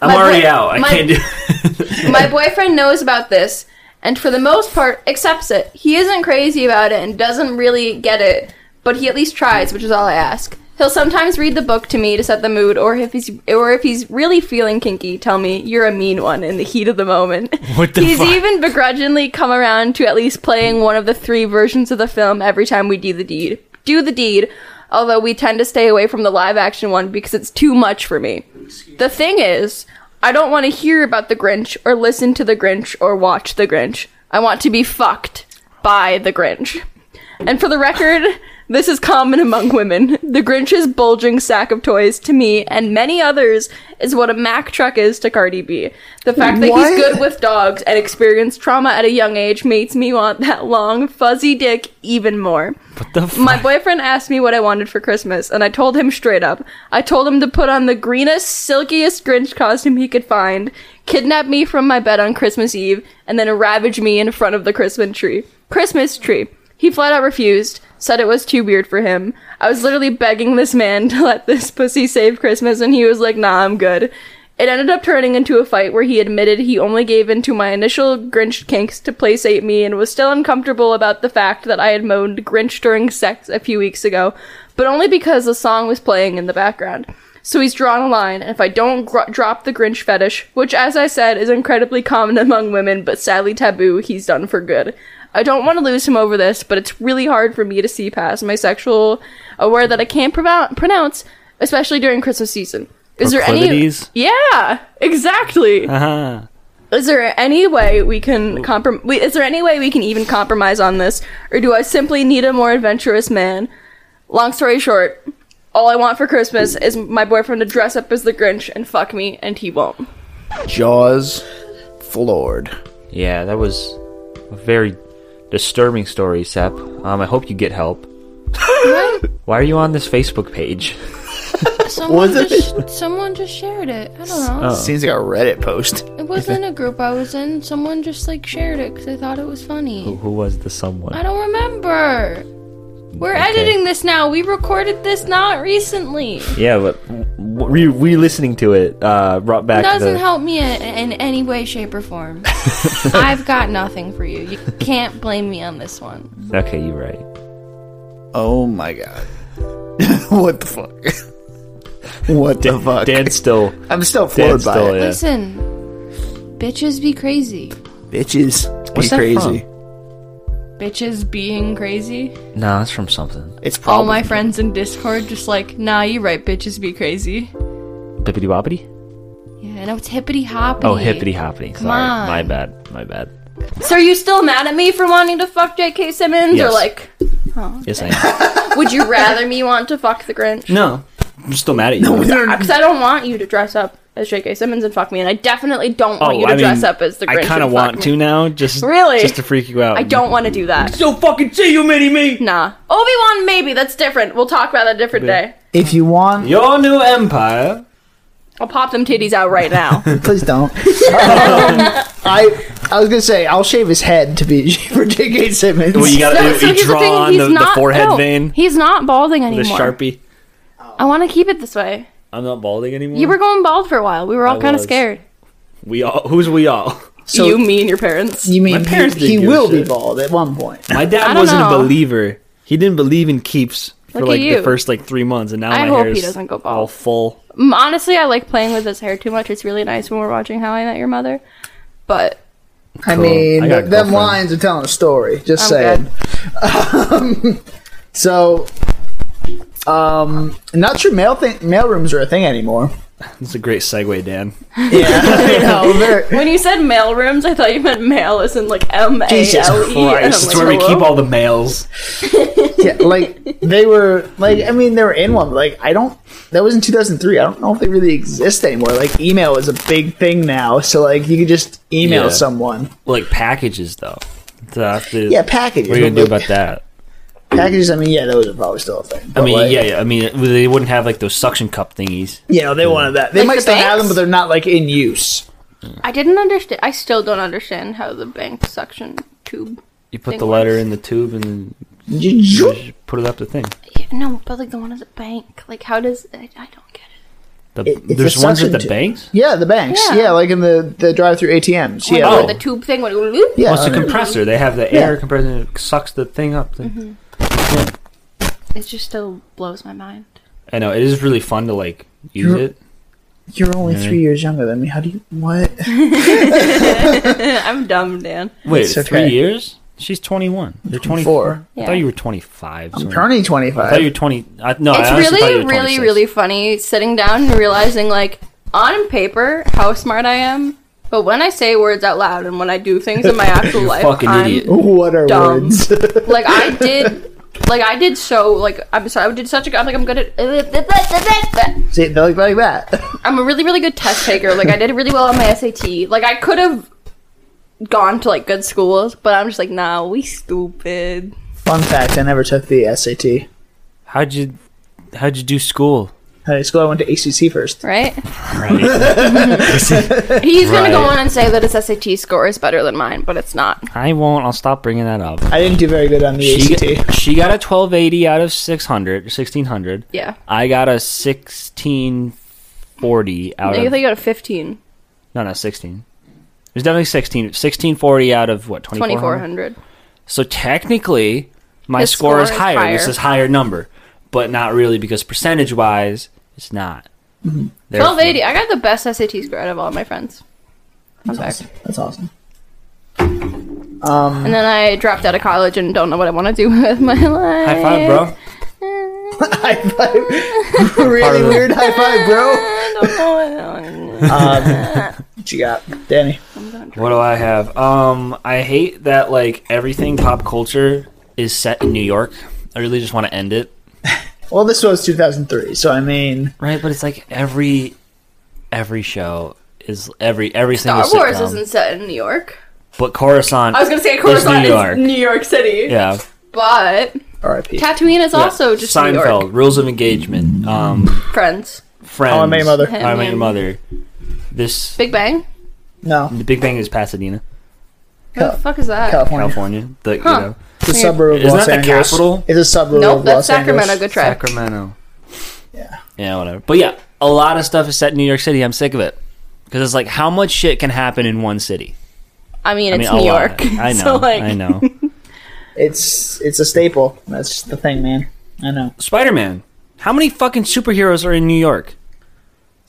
I'm
My
already
boy-
out. I
my-
can't do.
My boyfriend knows about this, and for the most part, accepts it. He isn't crazy about it and doesn't really get it, but he at least tries, which is all I ask. He'll sometimes read the book to me to set the mood, or if he's or if he's really feeling kinky, tell me you're a mean one in the heat of the moment.
What the
he's
fuck?
even begrudgingly come around to at least playing one of the three versions of the film every time we do the deed. Do the deed, although we tend to stay away from the live action one because it's too much for me. The thing is, I don't want to hear about the Grinch or listen to the Grinch or watch the Grinch. I want to be fucked by the Grinch. And for the record, this is common among women. The Grinch's bulging sack of toys to me and many others is what a Mack truck is to Cardi B. The fact that
What?
he's good with dogs and experienced trauma at a young age makes me want that long, fuzzy dick even more.
What the fuck?
My boyfriend asked me what I wanted for Christmas, and I told him straight up. I told him to put on the greenest, silkiest Grinch costume he could find, kidnap me from my bed on Christmas Eve, and then ravage me in front of the Christmas tree. Christmas tree. He flat out refused, said it was too weird for him. I was literally begging this man to let this pussy save Christmas, and he was like, nah, I'm good. It ended up turning into a fight where he admitted he only gave in to my initial Grinch kinks to placate me and was still uncomfortable about the fact that I had moaned Grinch during sex a few weeks ago, but only because the song was playing in the background. So he's drawn a line, and if I don't gr- drop the Grinch fetish, which as I said is incredibly common among women but sadly taboo, he's done for good. I don't want to lose him over this, but it's really hard for me to see past my sexual aware that I can't provo- pronounce, especially during Christmas season. Is there any
Proclivities?
yeah, exactly.
Uh-huh.
Is there any way we can comprom? we- Is there any way we can even compromise on this, or do I simply need a more adventurous man? Long story short, all I want for Christmas is my boyfriend to dress up as the Grinch and fuck me, and he won't.
Jaws floored.
Yeah, that was a very disturbing story, Sep. Um, I hope you get help. Why are you on this Facebook page?
Someone,
Was it?
just, someone just shared it. I don't know.
Seems like a Reddit post.
It wasn't a group I was in. Someone just like shared it because they thought it was funny.
Who was the someone?
I don't remember. We're editing this now. We recorded this not recently.
Yeah, but re listening to it uh, brought back.
Doesn't
the,
help me in, in any way, shape, or form. I've got nothing for you. You can't blame me on this one.
Okay, you're right.
Oh my god. what the fuck? what the fuck?
Dan's still.
I'm still floored
Dan's
by
still,
it.
yeah.
Listen, bitches be crazy.
Bitches, be
What's that
crazy.
Bitches being crazy.
Nah, it's from something.
It's probably
Oh
All my friends in Discord just like, nah, you're right. Bitches be crazy.
Bippity boppity?
Yeah, no, it's hippity hoppity.
Oh, hippity hoppity. Sorry.
on.
My bad. My bad.
So are you still mad at me for wanting to fuck J.K. Simmons, or
Yes.
like,
Yes, I am.
would you rather me want to fuck the Grinch?
No, I'm still mad at you.
Because Uh, I don't want you to dress up as J.K. Simmons and fuck me, and I definitely don't want you to dress up as the Grinch.
Oh, I kind of
and fuck
want
me.
to now, just
Really?
just to freak you out.
I don't want to do that.
So fucking see you, mini me.
Nah. Obi Wan, maybe that's different. We'll talk about that a different day.
If you want,
Your new empire.
I'll pop them titties out right now.
please don't. Um, I I was gonna say I'll shave his head to be for J.K. Simmons.
Well, you got
No,
to
so
you,
here's the
draw
thing,
on
he's
the,
not-
the forehead
no,
vein,
He's not balding
the
anymore.
sharpie.
I want to keep it this way.
I'm not balding anymore.
You were going bald for a while. We were all
Mm. I
kind of
was.
scared.
we all who's we all.
so
you, me, and your parents.
you mean
My parents
he,
didn't
he
give a
will be
shit.
bald at one point?
My dad
don't
wasn't
know.
a believer. He didn't believe in keeps for
Look at
like the
you.
first like three months, and now
I
my
hope
hair
he
is
doesn't go bald.
all full.
Mm, Honestly, I like playing with his hair too much. It's really nice when we're watching How I Met Your Mother. But
I
Cool.
mean,
I got a
them
girlfriend.
lines are telling a story. Just
I'm
saying. Um, so, um, not sure mail thing mailrooms are a thing anymore.
That's a great segue, Dan.
Yeah, you know, they're-
when you said mail rooms, I thought you meant mail as in like M A
Jesus
L E. and I'm
Christ,
like,
that's where we
hello?
keep all the males.
yeah, like they were like I mean they were in one. but, Like I don't that was in 2003. I don't know if they really exist anymore. Like email is a big thing now, so like you could just email
Yeah.
someone.
Like packages, though. So I have to-
Yeah, packages.
What are you going to do about that?
packages? I mean, yeah, those are probably still a thing.
I
But,
mean,
like,
yeah, yeah, I mean, they wouldn't have like those suction cup thingies.
You know, they wanted that. They
Like
might
the
still have
banks?
them, but they're not like in use.
I didn't understand. I still don't understand how the bank suction tube.
You put
Thing
the letter in the tube and then
Mm-hmm.
You-
just put it up the thing.
Yeah, no, but like the one at the bank. Like, how does I, I don't get it.
The,
It- it's
there's
a
ones
suction
at the
tube.
banks.
Yeah, the banks.
Yeah.
Yeah, like in the the drive-through ATMs.
Like,
Yeah,
where
Oh.
the tube thing went. Whoop,
yeah. uh,
Well, it's a
like-
compressor. They have the air compressor and it sucks the thing up.
Mm-hmm. It just still blows my mind.
I know it is really fun to like use it.
You're only three years younger than me. How do you what?
I'm dumb, Dan.
Wait,
It's okay.
three years? She's 21. You're 24.
24.
I
Yeah.
thought you were 25. so-
Turning
I thought you
twenty-five.
were 20. I, no, Oh, I
it's
honestly thought you
really,
were
really,
26.
really funny sitting down and realizing, like, on paper, how smart I am. But when I say words out loud and when I do things in my actual life,
fucking
I'm
idiot.
What are
Dumb.
words?
like I did, like I did so, like I'm sorry, I did such a good. I'm like I'm good at.
See, they're like, like that.
I'm a really, really good test taker. Like I did really well on my SAT. Like I could have gone to like good schools, but I'm just like, nah, we stupid.
Fun fact: I never took the SAT.
How'd you, how'd you do school?
High school, I went to ACC first.
Right?
Right.
He's gonna go
Right.
on and say that his SAT score is better than mine, but it's not.
I won't. I'll stop bringing that up.
I didn't do very good on the
She,
ACT.
she got a 1280 out of 600, 1600.
Yeah.
I got a 1640 out
No, you
of.
thought you got a 15,
No, not 16. It was definitely 16. 1640 out of what, 2400?
2400.
So technically, my
His
score,
score
is,
is
higher. This
higher.
is higher number, but not really because percentage wise, it's not.
Mm-hmm.
Therefore-
1280. I got the best SAT score out of all my friends. I'm back.
That's awesome.
And then I dropped out of college and don't know what I want to do with my life.
High five, bro.
High five. really weird high five, bro.
I don't know what I wanna do.
What you got, Danny?
What do I have? Um, I hate that like everything pop culture is set in New York. I really just want to end it,
Well, this was 2003, so I mean,
right? But it's like every every show is every every
Star
single
Wars
sitcom.
isn't set in New York.
But Coruscant,
I was gonna say
New
Coruscant is
York.
New York City,
yeah,
but
R.I.P.
Tatooine is also just New York.
Seinfeld, Rules of Engagement, um,
friends.
Friends,
How I Met Your Mother.
How I Met Your Mother. This
Big Bang.
No,
the Big Bang is Pasadena,
What
Cal-
the fuck is that?
California.
California. The,
Huh.
you know,
It's a suburb of
Isn't
Los
that the
Angeles.
capital?
It's a suburb
Nope,
of
that's
Los
Sacramento.
Angeles.
Good try.
Sacramento. Yeah. Yeah, whatever. But yeah, a lot of stuff is set in New York City. I'm sick of it because it's like how much shit can happen in one city.
I mean,
I
it's
mean, a
New
lot.
York.
I know.
So, like,
I know.
It's it's a staple. That's just the thing, man. I know.
Spider Man. How many fucking superheroes are in New York?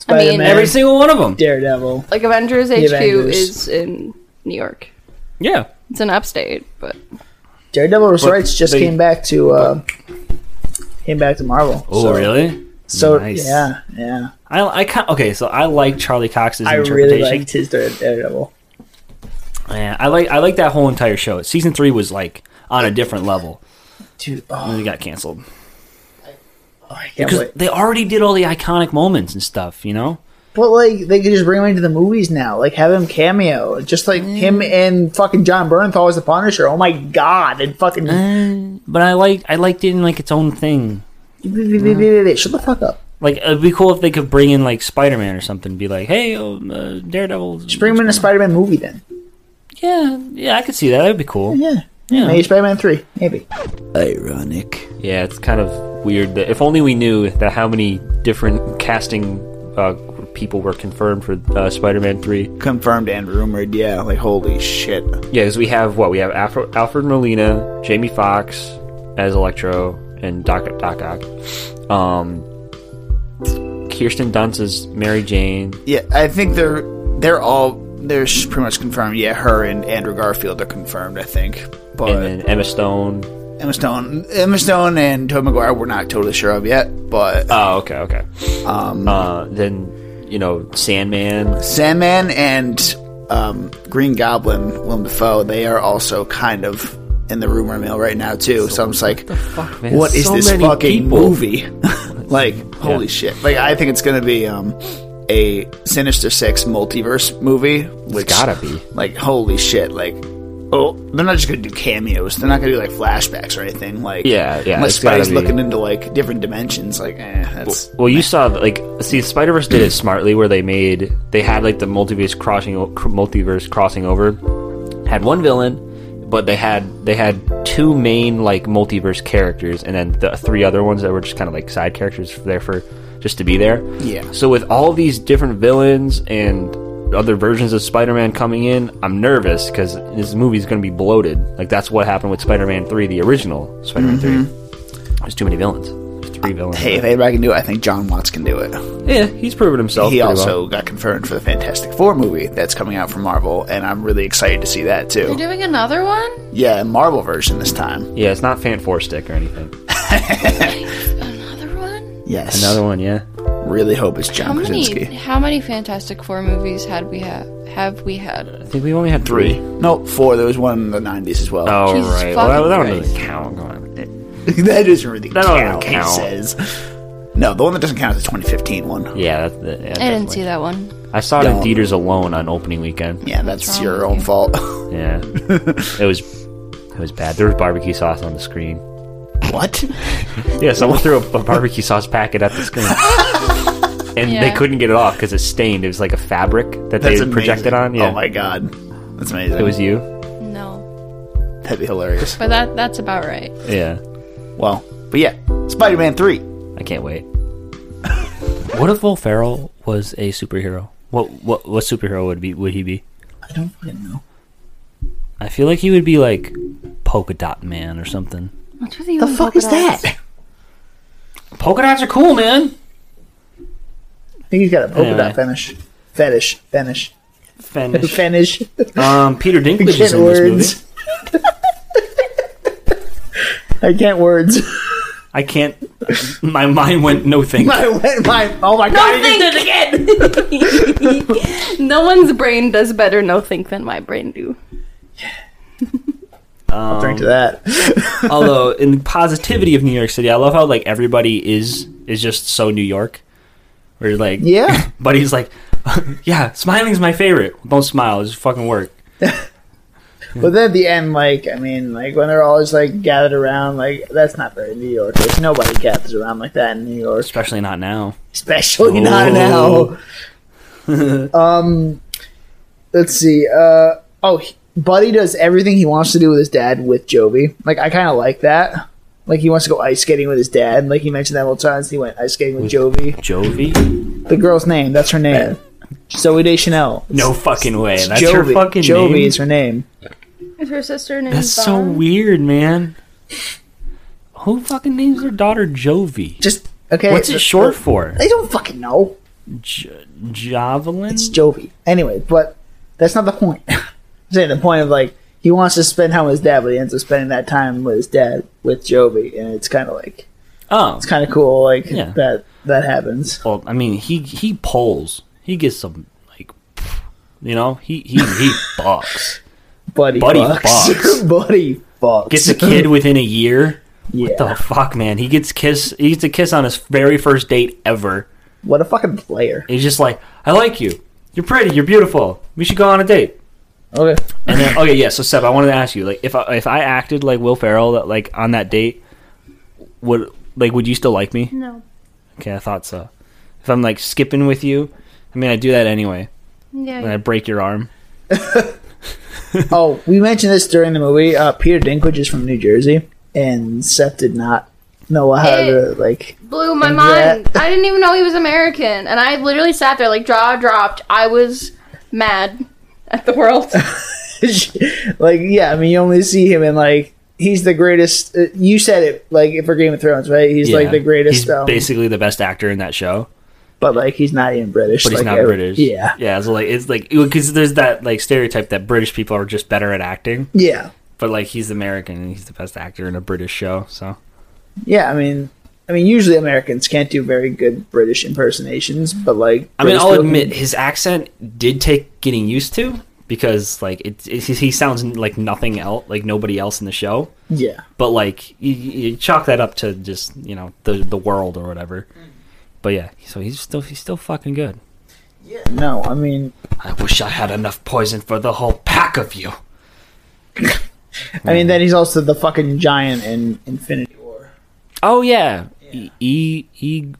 I mean,
Spider-Man,
Every single one of them.
Daredevil.
Like Avengers HQ
Avengers.
is in New York.
Yeah.
It's an upstate, but
Daredevil Resurrects just
they-
came back to uh, came back to Marvel.
Oh,
so,
really?
So
Nice.
yeah, yeah.
I, I ca- okay. So I like Charlie Cox's
I
interpretation.
really liked his Dare- Daredevil.
Yeah, I like I like that whole entire show. Season three was like on a different level.
Dude,
And
oh,
then it got canceled
I can't
because
wait.
they already did all the iconic moments and stuff. You know.
But like, they could just bring him into the movies now. Like, have him cameo, just like
Mm.
him and fucking John Bernthal as the Punisher. Oh my god! And fucking
Mm.
Mm.
But I like I liked it in like its own thing.
shut the fuck up.
Like it'd be cool if they could bring in like Spider Man or something. Be like, hey, um, uh, Daredevil.
Just bring him in a Spider-Man movie then.
Yeah, yeah, I could see that. That'd be cool.
Yeah,
Yeah.
maybe Spider-Man three, maybe.
Ironic.
Yeah, it's kind of weird. That if only we knew that how many different casting uh, people were confirmed for uh, Spider-Man Three.
Confirmed and rumored. Yeah, like holy shit.
Yeah, because we have what we have Alfred, Alfred Molina, Jamie Fox as Electro, and Doc Doc Ock. Um, Kirsten Dunst as Mary Jane.
Yeah, I think they're they're all they're sh- pretty much confirmed. Yeah, her and Andrew Garfield are confirmed. I think, but
and then Emma Stone.
Emma Stone, Emma Stone, and Tobey Maguire we're not totally sure of yet. But uh,
Oh, okay, okay. Um, uh, then you know Sandman.
Sandman and um, Green Goblin, Willem Dafoe, they are also kind of in the rumor mill right now too. So I'm just like,
Fuck, man,
what is
so
this
many
fucking
people.
movie? like, holy shit! Like, I think it's gonna be um, a Sinister Six multiverse movie. Which
gotta be.
Like, holy shit! Like, oh, they're not just gonna do cameos. They're not gonna do like flashbacks or anything. Like,
Yeah, yeah,
Unless
it's gotta
Spidey's
be.
looking into like different dimensions. Like, eh, that's
Well, you saw like see Spider Verse did it smartly where they made they had like the multiverse crossing o- cr- multiverse crossing over had one villain, but they had they had two main like multiverse characters and then the three other ones that were just kind of like side characters there for just to be there.
Yeah.
So with all these different villains and other versions of Spider-Man coming in, I'm nervous because this movie's going to be bloated. Like that's what happened with Spider-Man three, the original Spider-Man three. There's too many villains. There's Three villains.
hey, if anybody can do it, I think John Watts can do it.
Yeah, he's proven himself.
he
pretty
also
well.
got confirmed for the Fantastic Four movie that's coming out from Marvel, and I'm really excited to see that
they're
too.
doing another one.
Yeah, a Marvel version this time.
Yeah, it's not Fan Four Stick or anything.
Another one.
Yes,
Another one, yeah.
Really hope it's
How
John
many?
Krasinski.
How many Fantastic Four movies had we have? Have we had?
I think we only had
Three? No, four. There was one in the '90s as well.
Oh
Jesus
right, well, that, that one
fucking
doesn't count. Come on.
that doesn't really
That don't
count.
count.
He says. No, the one that doesn't count is the 2015 one.
Yeah, that, that, yeah
I didn't see that one.
I saw it
No.
in theaters alone on opening weekend.
Yeah, that's
wrong
your
with
own
you?
fault.
Yeah, it was it was bad. There was barbecue sauce on the screen.
what?
Yeah, someone threw a, a barbecue sauce packet at the screen. And they
Yeah.
couldn't get it off because it's stained. It was like a fabric that
That's
they projected
amazing.
on. Yeah,
Oh my god, that's amazing.
it was you.
No,
That'd be hilarious.
but that that's about right.
Yeah,
Well, but yeah, Spider-Man three.
I can't wait. what if Will Ferrell was a superhero? What what what superhero would be would he be?
I don't fucking know.
I feel like he would be like Polka Dot Man or something.
What's with
The fuck is that? I
Polka dots are cool, man.
think he's got a polka
Anyway.
dot fetish. Fetish, fetish,
Finish.
fetish.
Um, Peter Dinklage is
Get
in this movie.
words. I can't words.
I can't. My mind went no thank.
I went my oh my god! he just-
again. no one's brain does better no think than my brain do.
I'll drink to that.
Although in the positivity of New York City, I love how like everybody is is just so New York. Where like,
Yeah,
but he's like, yeah, smiling's my favorite. Don't smile. It's fucking work.
But then at the end, like I mean, like when they're all just like gathered around, like that's not very New York. Like, nobody gathers around like that in New York,
Especially not now.
especially not now.
Oh.
um, let's see. Uh oh, he- Buddy does everything he wants to do with his dad with Jovi. Like I kind of like that. Like he wants to go ice skating with his dad. Like he mentioned that multiple times. He went ice skating with Jovi.
Jovi?
The girl's name. That's her name. Zoe Deschanel.
No fucking way. That's your
Jovi.
fucking
Jovi
name?
is her name.
Is her sister named
That's so
Vaughn?
weird, man. Who fucking names their daughter Jovi?
Just okay.
What's it short for?
I don't fucking know.
J- Javelin?
It's Jovi. Anyway, but that's not the point. I'm saying the point of like he wants to spend time with his dad, but he ends up spending that time with his dad with Jovi, and it's kind of like
Oh.
it's kind of cool. Like
Yeah.
that that happens.
Well, I mean, he he pulls. He gets some like, you know, he he he bucks.
Buddy,
Buddy
fucks.
fucks.
Buddy fucks.
Gets a kid within a year.
yeah. What,
The fuck, man. He gets kiss. He gets a kiss on his very first date ever.
a fucking player.
He's just like, I like you. You're pretty. You're beautiful. We should go on a date.
Okay.
And then, okay, yeah. So Seb, I wanted to ask you, like, if I, if I acted like Will Ferrell, that like on that date, would like would you still like me?
No.
Okay, I thought so. If I'm like skipping with you, I mean, I do that anyway, and I
Yeah.
break your arm.
Oh, we mentioned this during the movie. Uh, Peter Dinklage is from New Jersey, and Seth did not know how to like.
Blew my
Yeah.
mind. I didn't even know he was American, and I literally sat there like jaw dropped. I was mad at the world.
like yeah, I mean you only see him in like he's the greatest. Uh, you said it like for Game of Thrones, right? He's like
Yeah.
the greatest.
He's
um,
basically the best actor in that show,
but like he's not even British.
but he's
like,
not
every-
British.
Yeah,
eh, yeah. So like, it's like because there's that like stereotype that British people are just better at acting,
yeah,
but like he's American and he's the best actor in a British show. So
yeah. I mean, I mean, usually Americans can't do very good British impersonations, but like
I mean,
British
I'll
people
admit
can-
his accent did take getting used to because like it, it he sounds like nothing else, like nobody else in the show.
yeah,
But like you, you chalk that up to just you know the the world or whatever. But yeah, so he's still he's still fucking good.
no, I mean,
I wish I had enough poison for the whole pack of you.
I mean, then he's also the fucking giant in Infinity War.
Oh yeah, E E E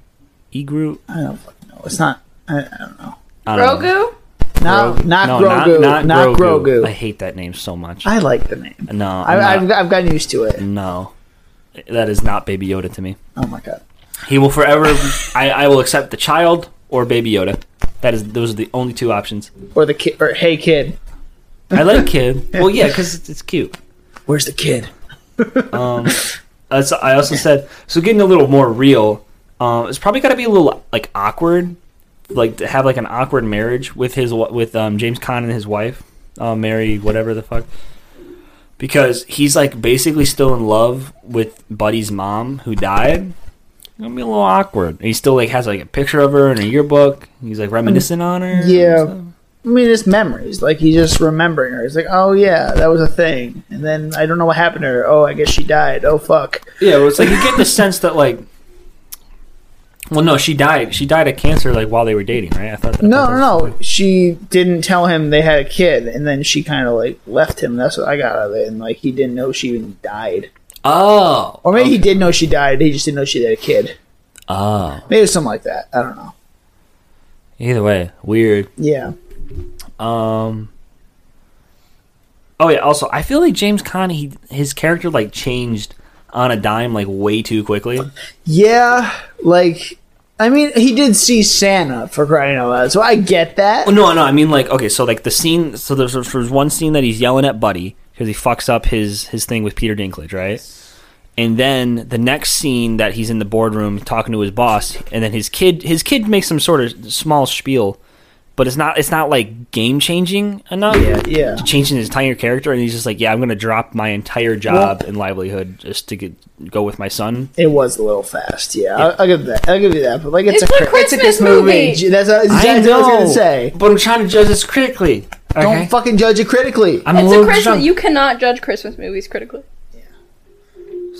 E Groot.
I don't fucking know. It's not. I, I don't know.
I don't know.
Grogu?
No, not
No,
Grogu. Not, Grogu.
I hate that name so much.
I like the name.
no,
I,
I'm not-
I've, I've gotten used to it.
no, that is not Baby Yoda to me.
Oh my god.
He will forever. I, I will accept the child or Baby Yoda. That is, those are the only two options.
Or the kid. Or hey kid,
I like kid. Well, yeah, because it's, it's cute.
where's the kid?
Um, as I also said, so getting a little more real, um, it's probably got to be a little like awkward, like to have like an awkward marriage with his wa- with um, James Conn and his wife, uh, Mary whatever the fuck, because he's like basically still in love with Buddy's mom who died. It's gonna be a little awkward. And he still like has like a picture of her in a yearbook. He's like reminiscing on her. and
Yeah.
stuff.
I mean, it's memories. Like he's just remembering her. He's like, oh yeah, that was a thing. And then I don't know what happened to her. Oh, I guess she died. Oh fuck.
Yeah, well, it's like you get the sense that like, well, no, she died. She died of cancer like while they were dating, right? I thought. That,
No, no, no. She didn't tell him they had a kid, and then she kind of like left him. That's what I got out of it. And like he didn't know she even died,
Oh,
or maybe he did know she died. He just didn't know she had a kid.
oh.
Maybe something like that. I don't know.
Either way, weird.
Yeah.
Um. Oh yeah. Also, I feel like James Conn, he his character like changed on a dime like way too quickly.
Yeah, like I mean, he did see Santa for crying out loud, so I get that.
Well, Oh, no, no. I mean, like, okay, so like the scene. So there's there's one scene that he's yelling at Buddy because he fucks up his his thing with Peter Dinklage, right? And then the next scene that he's in the boardroom talking to his boss, and then his kid his kid makes some sort of small spiel, but it's not it's not like game changing enough.
Yeah, yeah.
To changing his entire character, and he's just like, yeah, I'm gonna drop my entire job and livelihood just to get go with my son.
It was a little fast. Yeah, I'll, I'll give that. I'll give you that. But like, it's,
It's
a,
a
cri- it's a
Christmas
Christmas movie.
movie.
J- That's what- exactly what I was gonna say.
but I'm trying to judge this critically.
Don't
okay?
fucking judge it critically,
I'm a
It's
little
a Christmas.
drunk.
You cannot judge Christmas movies critically.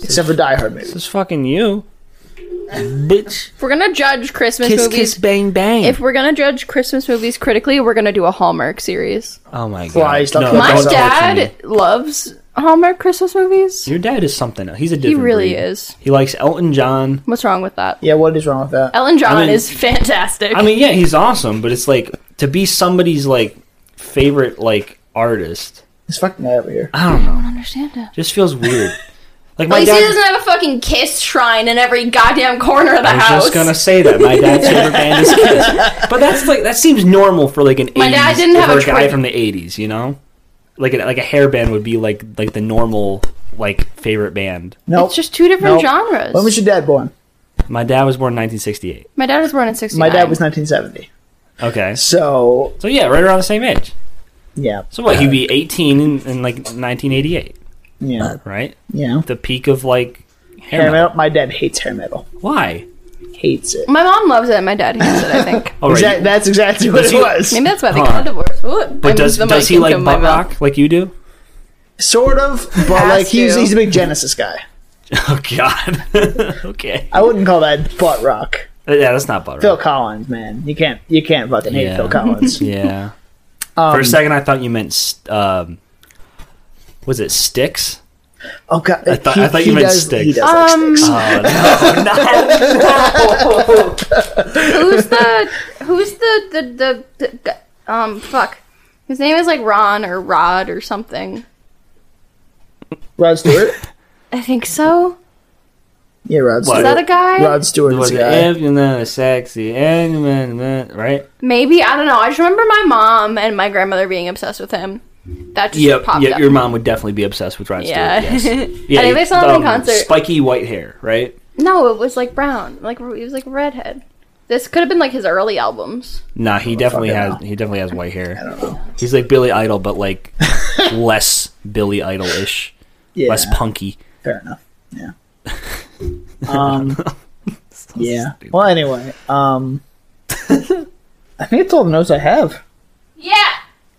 except for Die Hard movies.
This is fucking you. bitch.
If we're gonna judge Christmas
Kiss,
movies,
kiss, bang, bang.
if we're gonna judge Christmas movies critically, we're gonna do a Hallmark series.
oh my god.
Why, stop
No,
that
My
don't
sounds
do it to me.
dad loves Hallmark Christmas movies.
Your dad is something else. He's a
He
different
really
breed.
is.
He likes Elton John.
What's wrong with that?
Yeah, what is wrong with that?
Ellen John
I mean-
is fantastic.
I mean, yeah, he's awesome, but it's like to be somebody's like favorite like artist.
It's fucking guy over here.
I don't know.
I understand it.
Just feels weird. Like
At
my
least he
dad.
doesn't have a fucking kiss shrine in every goddamn corner of the
I was
house.
just gonna say that my dad's favorite band is Kiss, but that's like that seems normal for like an
My
80s,
dad didn't have
for
a
guy
twin.
from the eighties, you know, like a, like a hair band would be like like the normal like favorite band.
Nope.
It's just two different
Nope.
genres.
When was your dad born?
My dad was born in 1968.
My dad was born in 69.
My dad was 1970.
Okay,
So,
so yeah, right around the same age.
yeah.
So what? He'd be 18 in, in like 1988,
Yeah.
right?
Yeah.
The peak of like hair.
Hair
metal.
metal. My dad hates hair metal.
Why?
Hates it.
My mom loves it. My dad hates it. I think.
Oh, right.
Exact- That's exactly what
Does
it
he-
was.
Maybe that's why they
Huh.
got divorced. Ooh,
But does does he like butt rock like you do?
Sort of, but
Has
like he's
to.
he's a big Genesis guy.
Oh God. okay.
I wouldn't call that butt rock.
Yeah, that's not butt rock.
Phil Collins, man, you can't you can't fucking hate
Yeah.
Phil Collins.
Yeah.
Um,
For a second, I thought you meant st- um, was it sticks?
oh god,
I thought- I thought you meant Sticks.
He does
Um,
like sticks.
who's the who's the the, the the the um fuck? His name is like Ron or Rod or something.
Rod Stewart.
I think so.
Yeah, Rod
What?
Stewart.
Is that a guy?
Rod Stewart is
Was
a
it
guy.
if you're not a sexy and man, man, right?
Maybe I don't know. I just remember my mom and my grandmother being obsessed with him. That just
Yep.
popped
Yeah,
up.
your mom would definitely be obsessed with Rod Stewart.
yeah.
Yes. um,
I think they saw him in concert.
Spiky white hair, right?
no, it was like brown. Like it was like redhead. This could have been like his early albums.
Nah,
Oh,
he definitely
fucking
has.
hell.
He definitely has white hair. I don't know. He's like Billy Idol, but like less Billy Idol ish,
Yeah,
less punky.
fair enough. Yeah. Um. yeah. Well, anyway, um, I think it's all the notes I have.
Yeah,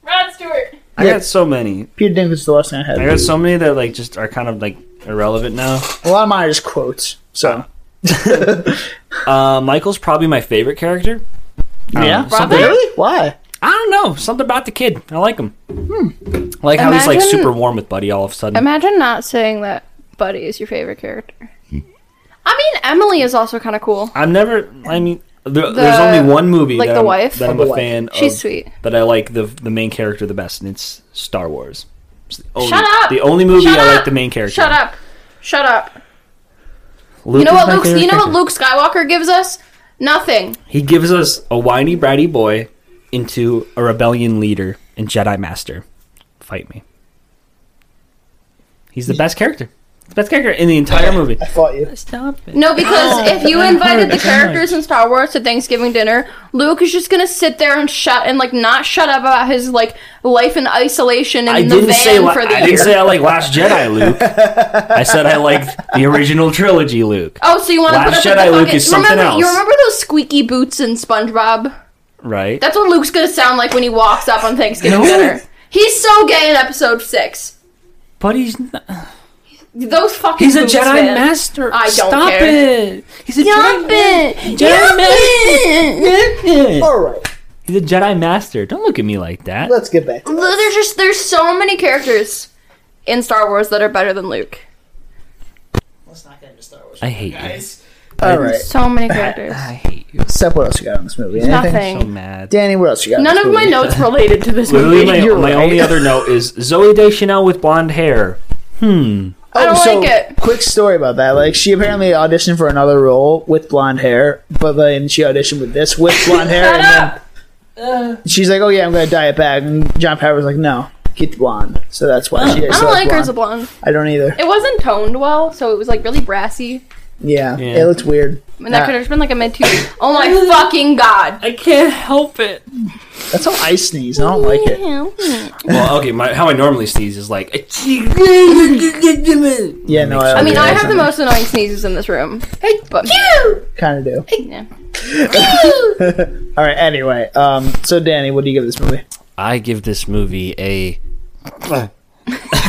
Rod Stewart.
I
Yeah.
got so many.
Peter Dinklage is the last thing I had.
I got so many that like just are kind of like irrelevant now.
A lot of mine are just quotes. So
Uh, Michael's probably my favorite character. I
yeah,
don't know, something-
really? Why?
I don't know. Something about the kid. I like him. I like how he's like
Imagine-
super warm with Buddy all of a sudden.
Imagine not saying that Buddy is your favorite character. I mean, Emily is also kind of cool.
I'm never. I mean, there, there's only one movie
like
that
the
I'm,
wife?
that I'm
The
a
wife.
fan.
She's
of,
sweet.
That I like the the main character the best, and it's Star Wars. It's the only,
Shut up!
The only movie
Shut
I
up!
like the main character.
Shut up. Shut up.
Luke
You know
is
what
my
Luke?
favorite
You know what
character.
Luke Skywalker gives us? Nothing.
He gives us a whiny bratty boy into a rebellion leader and Jedi master. Fight me. He's the best character. The best character in the entire movie.
I fought you.
Stop it.
No,
Oh,
because if you invited the characters in Star Wars to Thanksgiving dinner, Luke is just gonna sit there and shut and like not shut up about his like life in isolation in
I
the
didn't
van
say la-
for the
I
year.
didn't say I like Last Jedi Luke. I said I like the original trilogy Luke.
oh, so you want to put up
Last
with the
Jedi
fucking,
Luke is something
remember, You
else.
remember those squeaky boots in SpongeBob?
Right?
That's what Luke's gonna sound like when he walks up on Thanksgiving
No.
dinner. He's so gay in episode six.
but he's not,
Those fucking.
he's a
boots,
Jedi
man.
master.
I don't
Stop
care.
it. He's a
Stop
Jedi
it! Stop it!
master.
All right,
He's a Jedi master. Don't look at me like that.
let's get back. to
There's just there's so many characters in Star Wars that are better than Luke.
Let's not get into Star Wars.
I hate
All right,
So many characters.
you. I hate you.
Seth, what else you got on this movie? Anything?
I'm
Nothing.
so mad.
Danny, what else you got? on
None
this
of my
movie?
notes related to this
Literally,
movie.
my,
You're
my
right.
only other note is Zoe Deschanel with blonde hair. Hmm.
I don't
Oh, so,
like it.
Quick story about that. Like she apparently auditioned for another role with blonde hair, but then she auditioned with this with blonde hair,
Shut
and
up!
then she's like, "Oh yeah, I'm gonna dye it back." And John Favreau's like, "No, keep the blonde." So that's why she.
I don't like her as a blonde.
I don't either.
It wasn't toned well, so it was like really brassy.
Yeah,
Yeah.
it looks weird.
And that
Ah.
could have been like a mid two. Oh my fucking god!
I can't help it.
That's how I sneeze. I don't like it.
Well, okay, my, how I normally sneeze is like.
Yeah, no.
I mean, I have the most annoying sneezes in this room. Hey, but
kind of do.
yeah.
All right. Anyway, um, so Danny, what do you give this movie?
I give this movie a.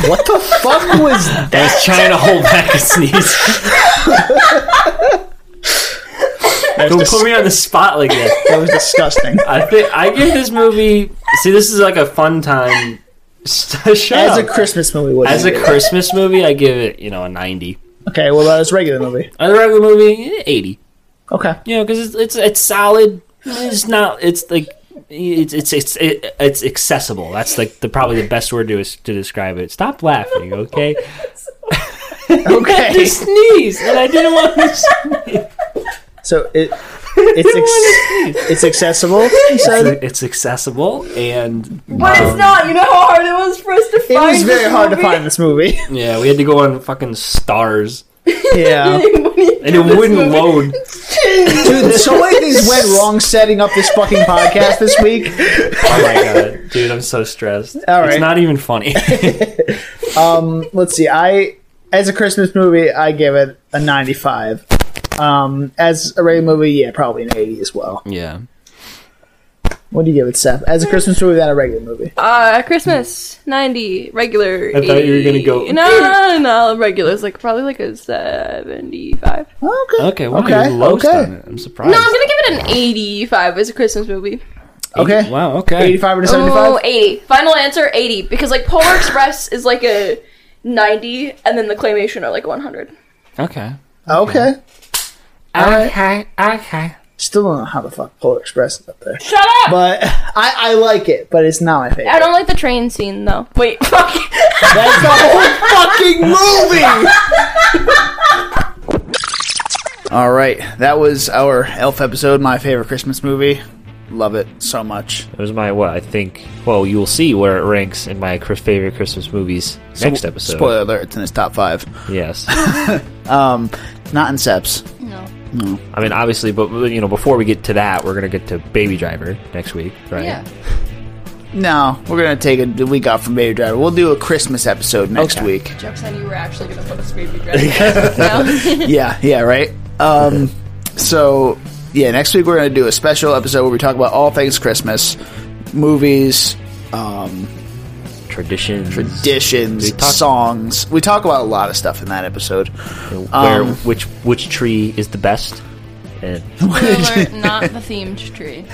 What the fuck was
I
that?
was trying to hold back a sneeze.
That
Don't
was, dis-
put me on the spot like that.
that was disgusting.
I think I give this movie. See, this is like a fun time. Shut
As a
up.
Christmas movie, what
As a Christmas movie, I give it you know a ninety.
okay, well, that was a regular movie.
As a regular movie, eh, eighty.
Okay,
You know, because it's, it's it's solid. It's not. It's like it's it's it's it, it's accessible. That's like the probably the best word to is- to describe it. Stop laughing, okay? I
okay.
just sneezed, and I didn't want to. Sneeze.
so it it's ex- it's accessible. You said
It's accessible, and
But
um,
it's not. You know how hard it was for us to
it
find.
was very
this
hard to
movie?
find this movie.
yeah, we had to go on fucking stars,
Yeah,
and it wouldn't
movie.
load.
dude, so many things went wrong setting up this fucking podcast this week.
Oh my god, dude, I'm so stressed.
All
It's
right.
not even funny.
Um, let's see. I as a Christmas movie, I give it a ninety-five. Um, as a regular movie, yeah, probably an eighty as well.
yeah,
What do you give it, Seth? As a Christmas movie, than a regular movie?
Uh, Christmas ninety regular.
I thought you were gonna
80.
go-
No, no, no, no, regular's like probably like a seventy-five.
Okay.
okay, well,
Okay,
okay, lowest
okay.
on it. I'm surprised.
No, I'm gonna give it an eighty-five as a Christmas movie.
Okay.
Wow. Okay.
Eighty-five to seventy-five.
Oh, 80. Final answer eighty because like Polar Express is like a ninety, and then the claymation are like one hundred.
Okay.
Okay.
Okay. Okay.
Still don't know how the fuck Polar Express is up there.
Shut up!
But I, I like it, but it's not my favorite.
I don't like the train scene though. Wait, fuck.
That's the whole fucking movie!
All right, that was our Elf episode, my favorite Christmas movie. Love it so much.
That was my what I think. Well, you will see where it ranks in my Chris- favorite Christmas movies next episode.
Spoiler alert, it's in his top five.
Yes,
Um, not in Seps.
I mean obviously, but you know before we get to that, we're gonna get to Baby Driver next week, right?
Yeah.
No, we're gonna take a the week off from Baby Driver. We'll do a Christmas episode next week.
Jokes on you. We're actually gonna put a baby dress.
yeah, yeah, right. Um, so yeah, next week we're gonna do a special episode where we talk about all things Christmas, movies, um,
Traditions,
traditions,
We talk-
songs. We talk about a lot of stuff in that episode.
where
Um,
which which tree is the best, and
not the themed tree.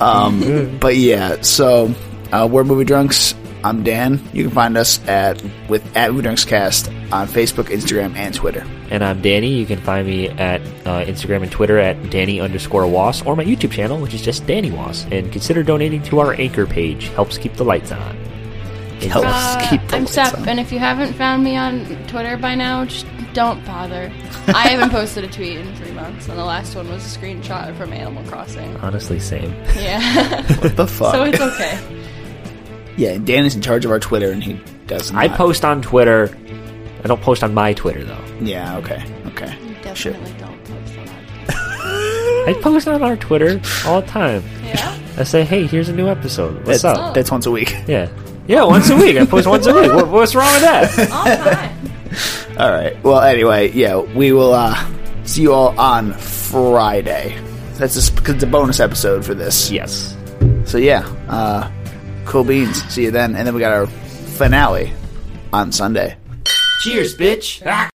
Oh.
But yeah, so uh, we're Movie Drunks. I'm Dan. You can find us at with at Movie Drunks Cast on Facebook, Instagram, and Twitter.
and I'm Danny. You can find me at uh, Instagram and Twitter at Danny underscore Was or my YouTube channel, which is just Danny Was. And consider donating to our Anchor page; helps keep the lights on.
Helps keep the
I'm
lights
Steph,
on.
and if you haven't found me on Twitter by now, just don't bother. I haven't posted a tweet in three months, and the last one was a screenshot from Animal Crossing.
Honestly, same.
Yeah,
What the fuck?
so it's okay.
yeah, Dan is in charge of our Twitter, and he does. Not.
I post on Twitter. I don't post on my Twitter though.
Yeah. Okay. Okay.
Definitely
Sure.
don't post on
I post on our Twitter all the time.
Yeah?
I say, hey, here's a new episode. What's
That's,
up?
that's once a week.
Yeah. Yeah, once a week. I post once a week. What, what's wrong with that?
All time.
All right. Well, anyway, yeah, we will uh, see you all on Friday. That's just because it's a bonus episode for this.
Yes.
So yeah, uh, cool beans. See you then, and then we got our finale on Sunday.
Cheers, bitch.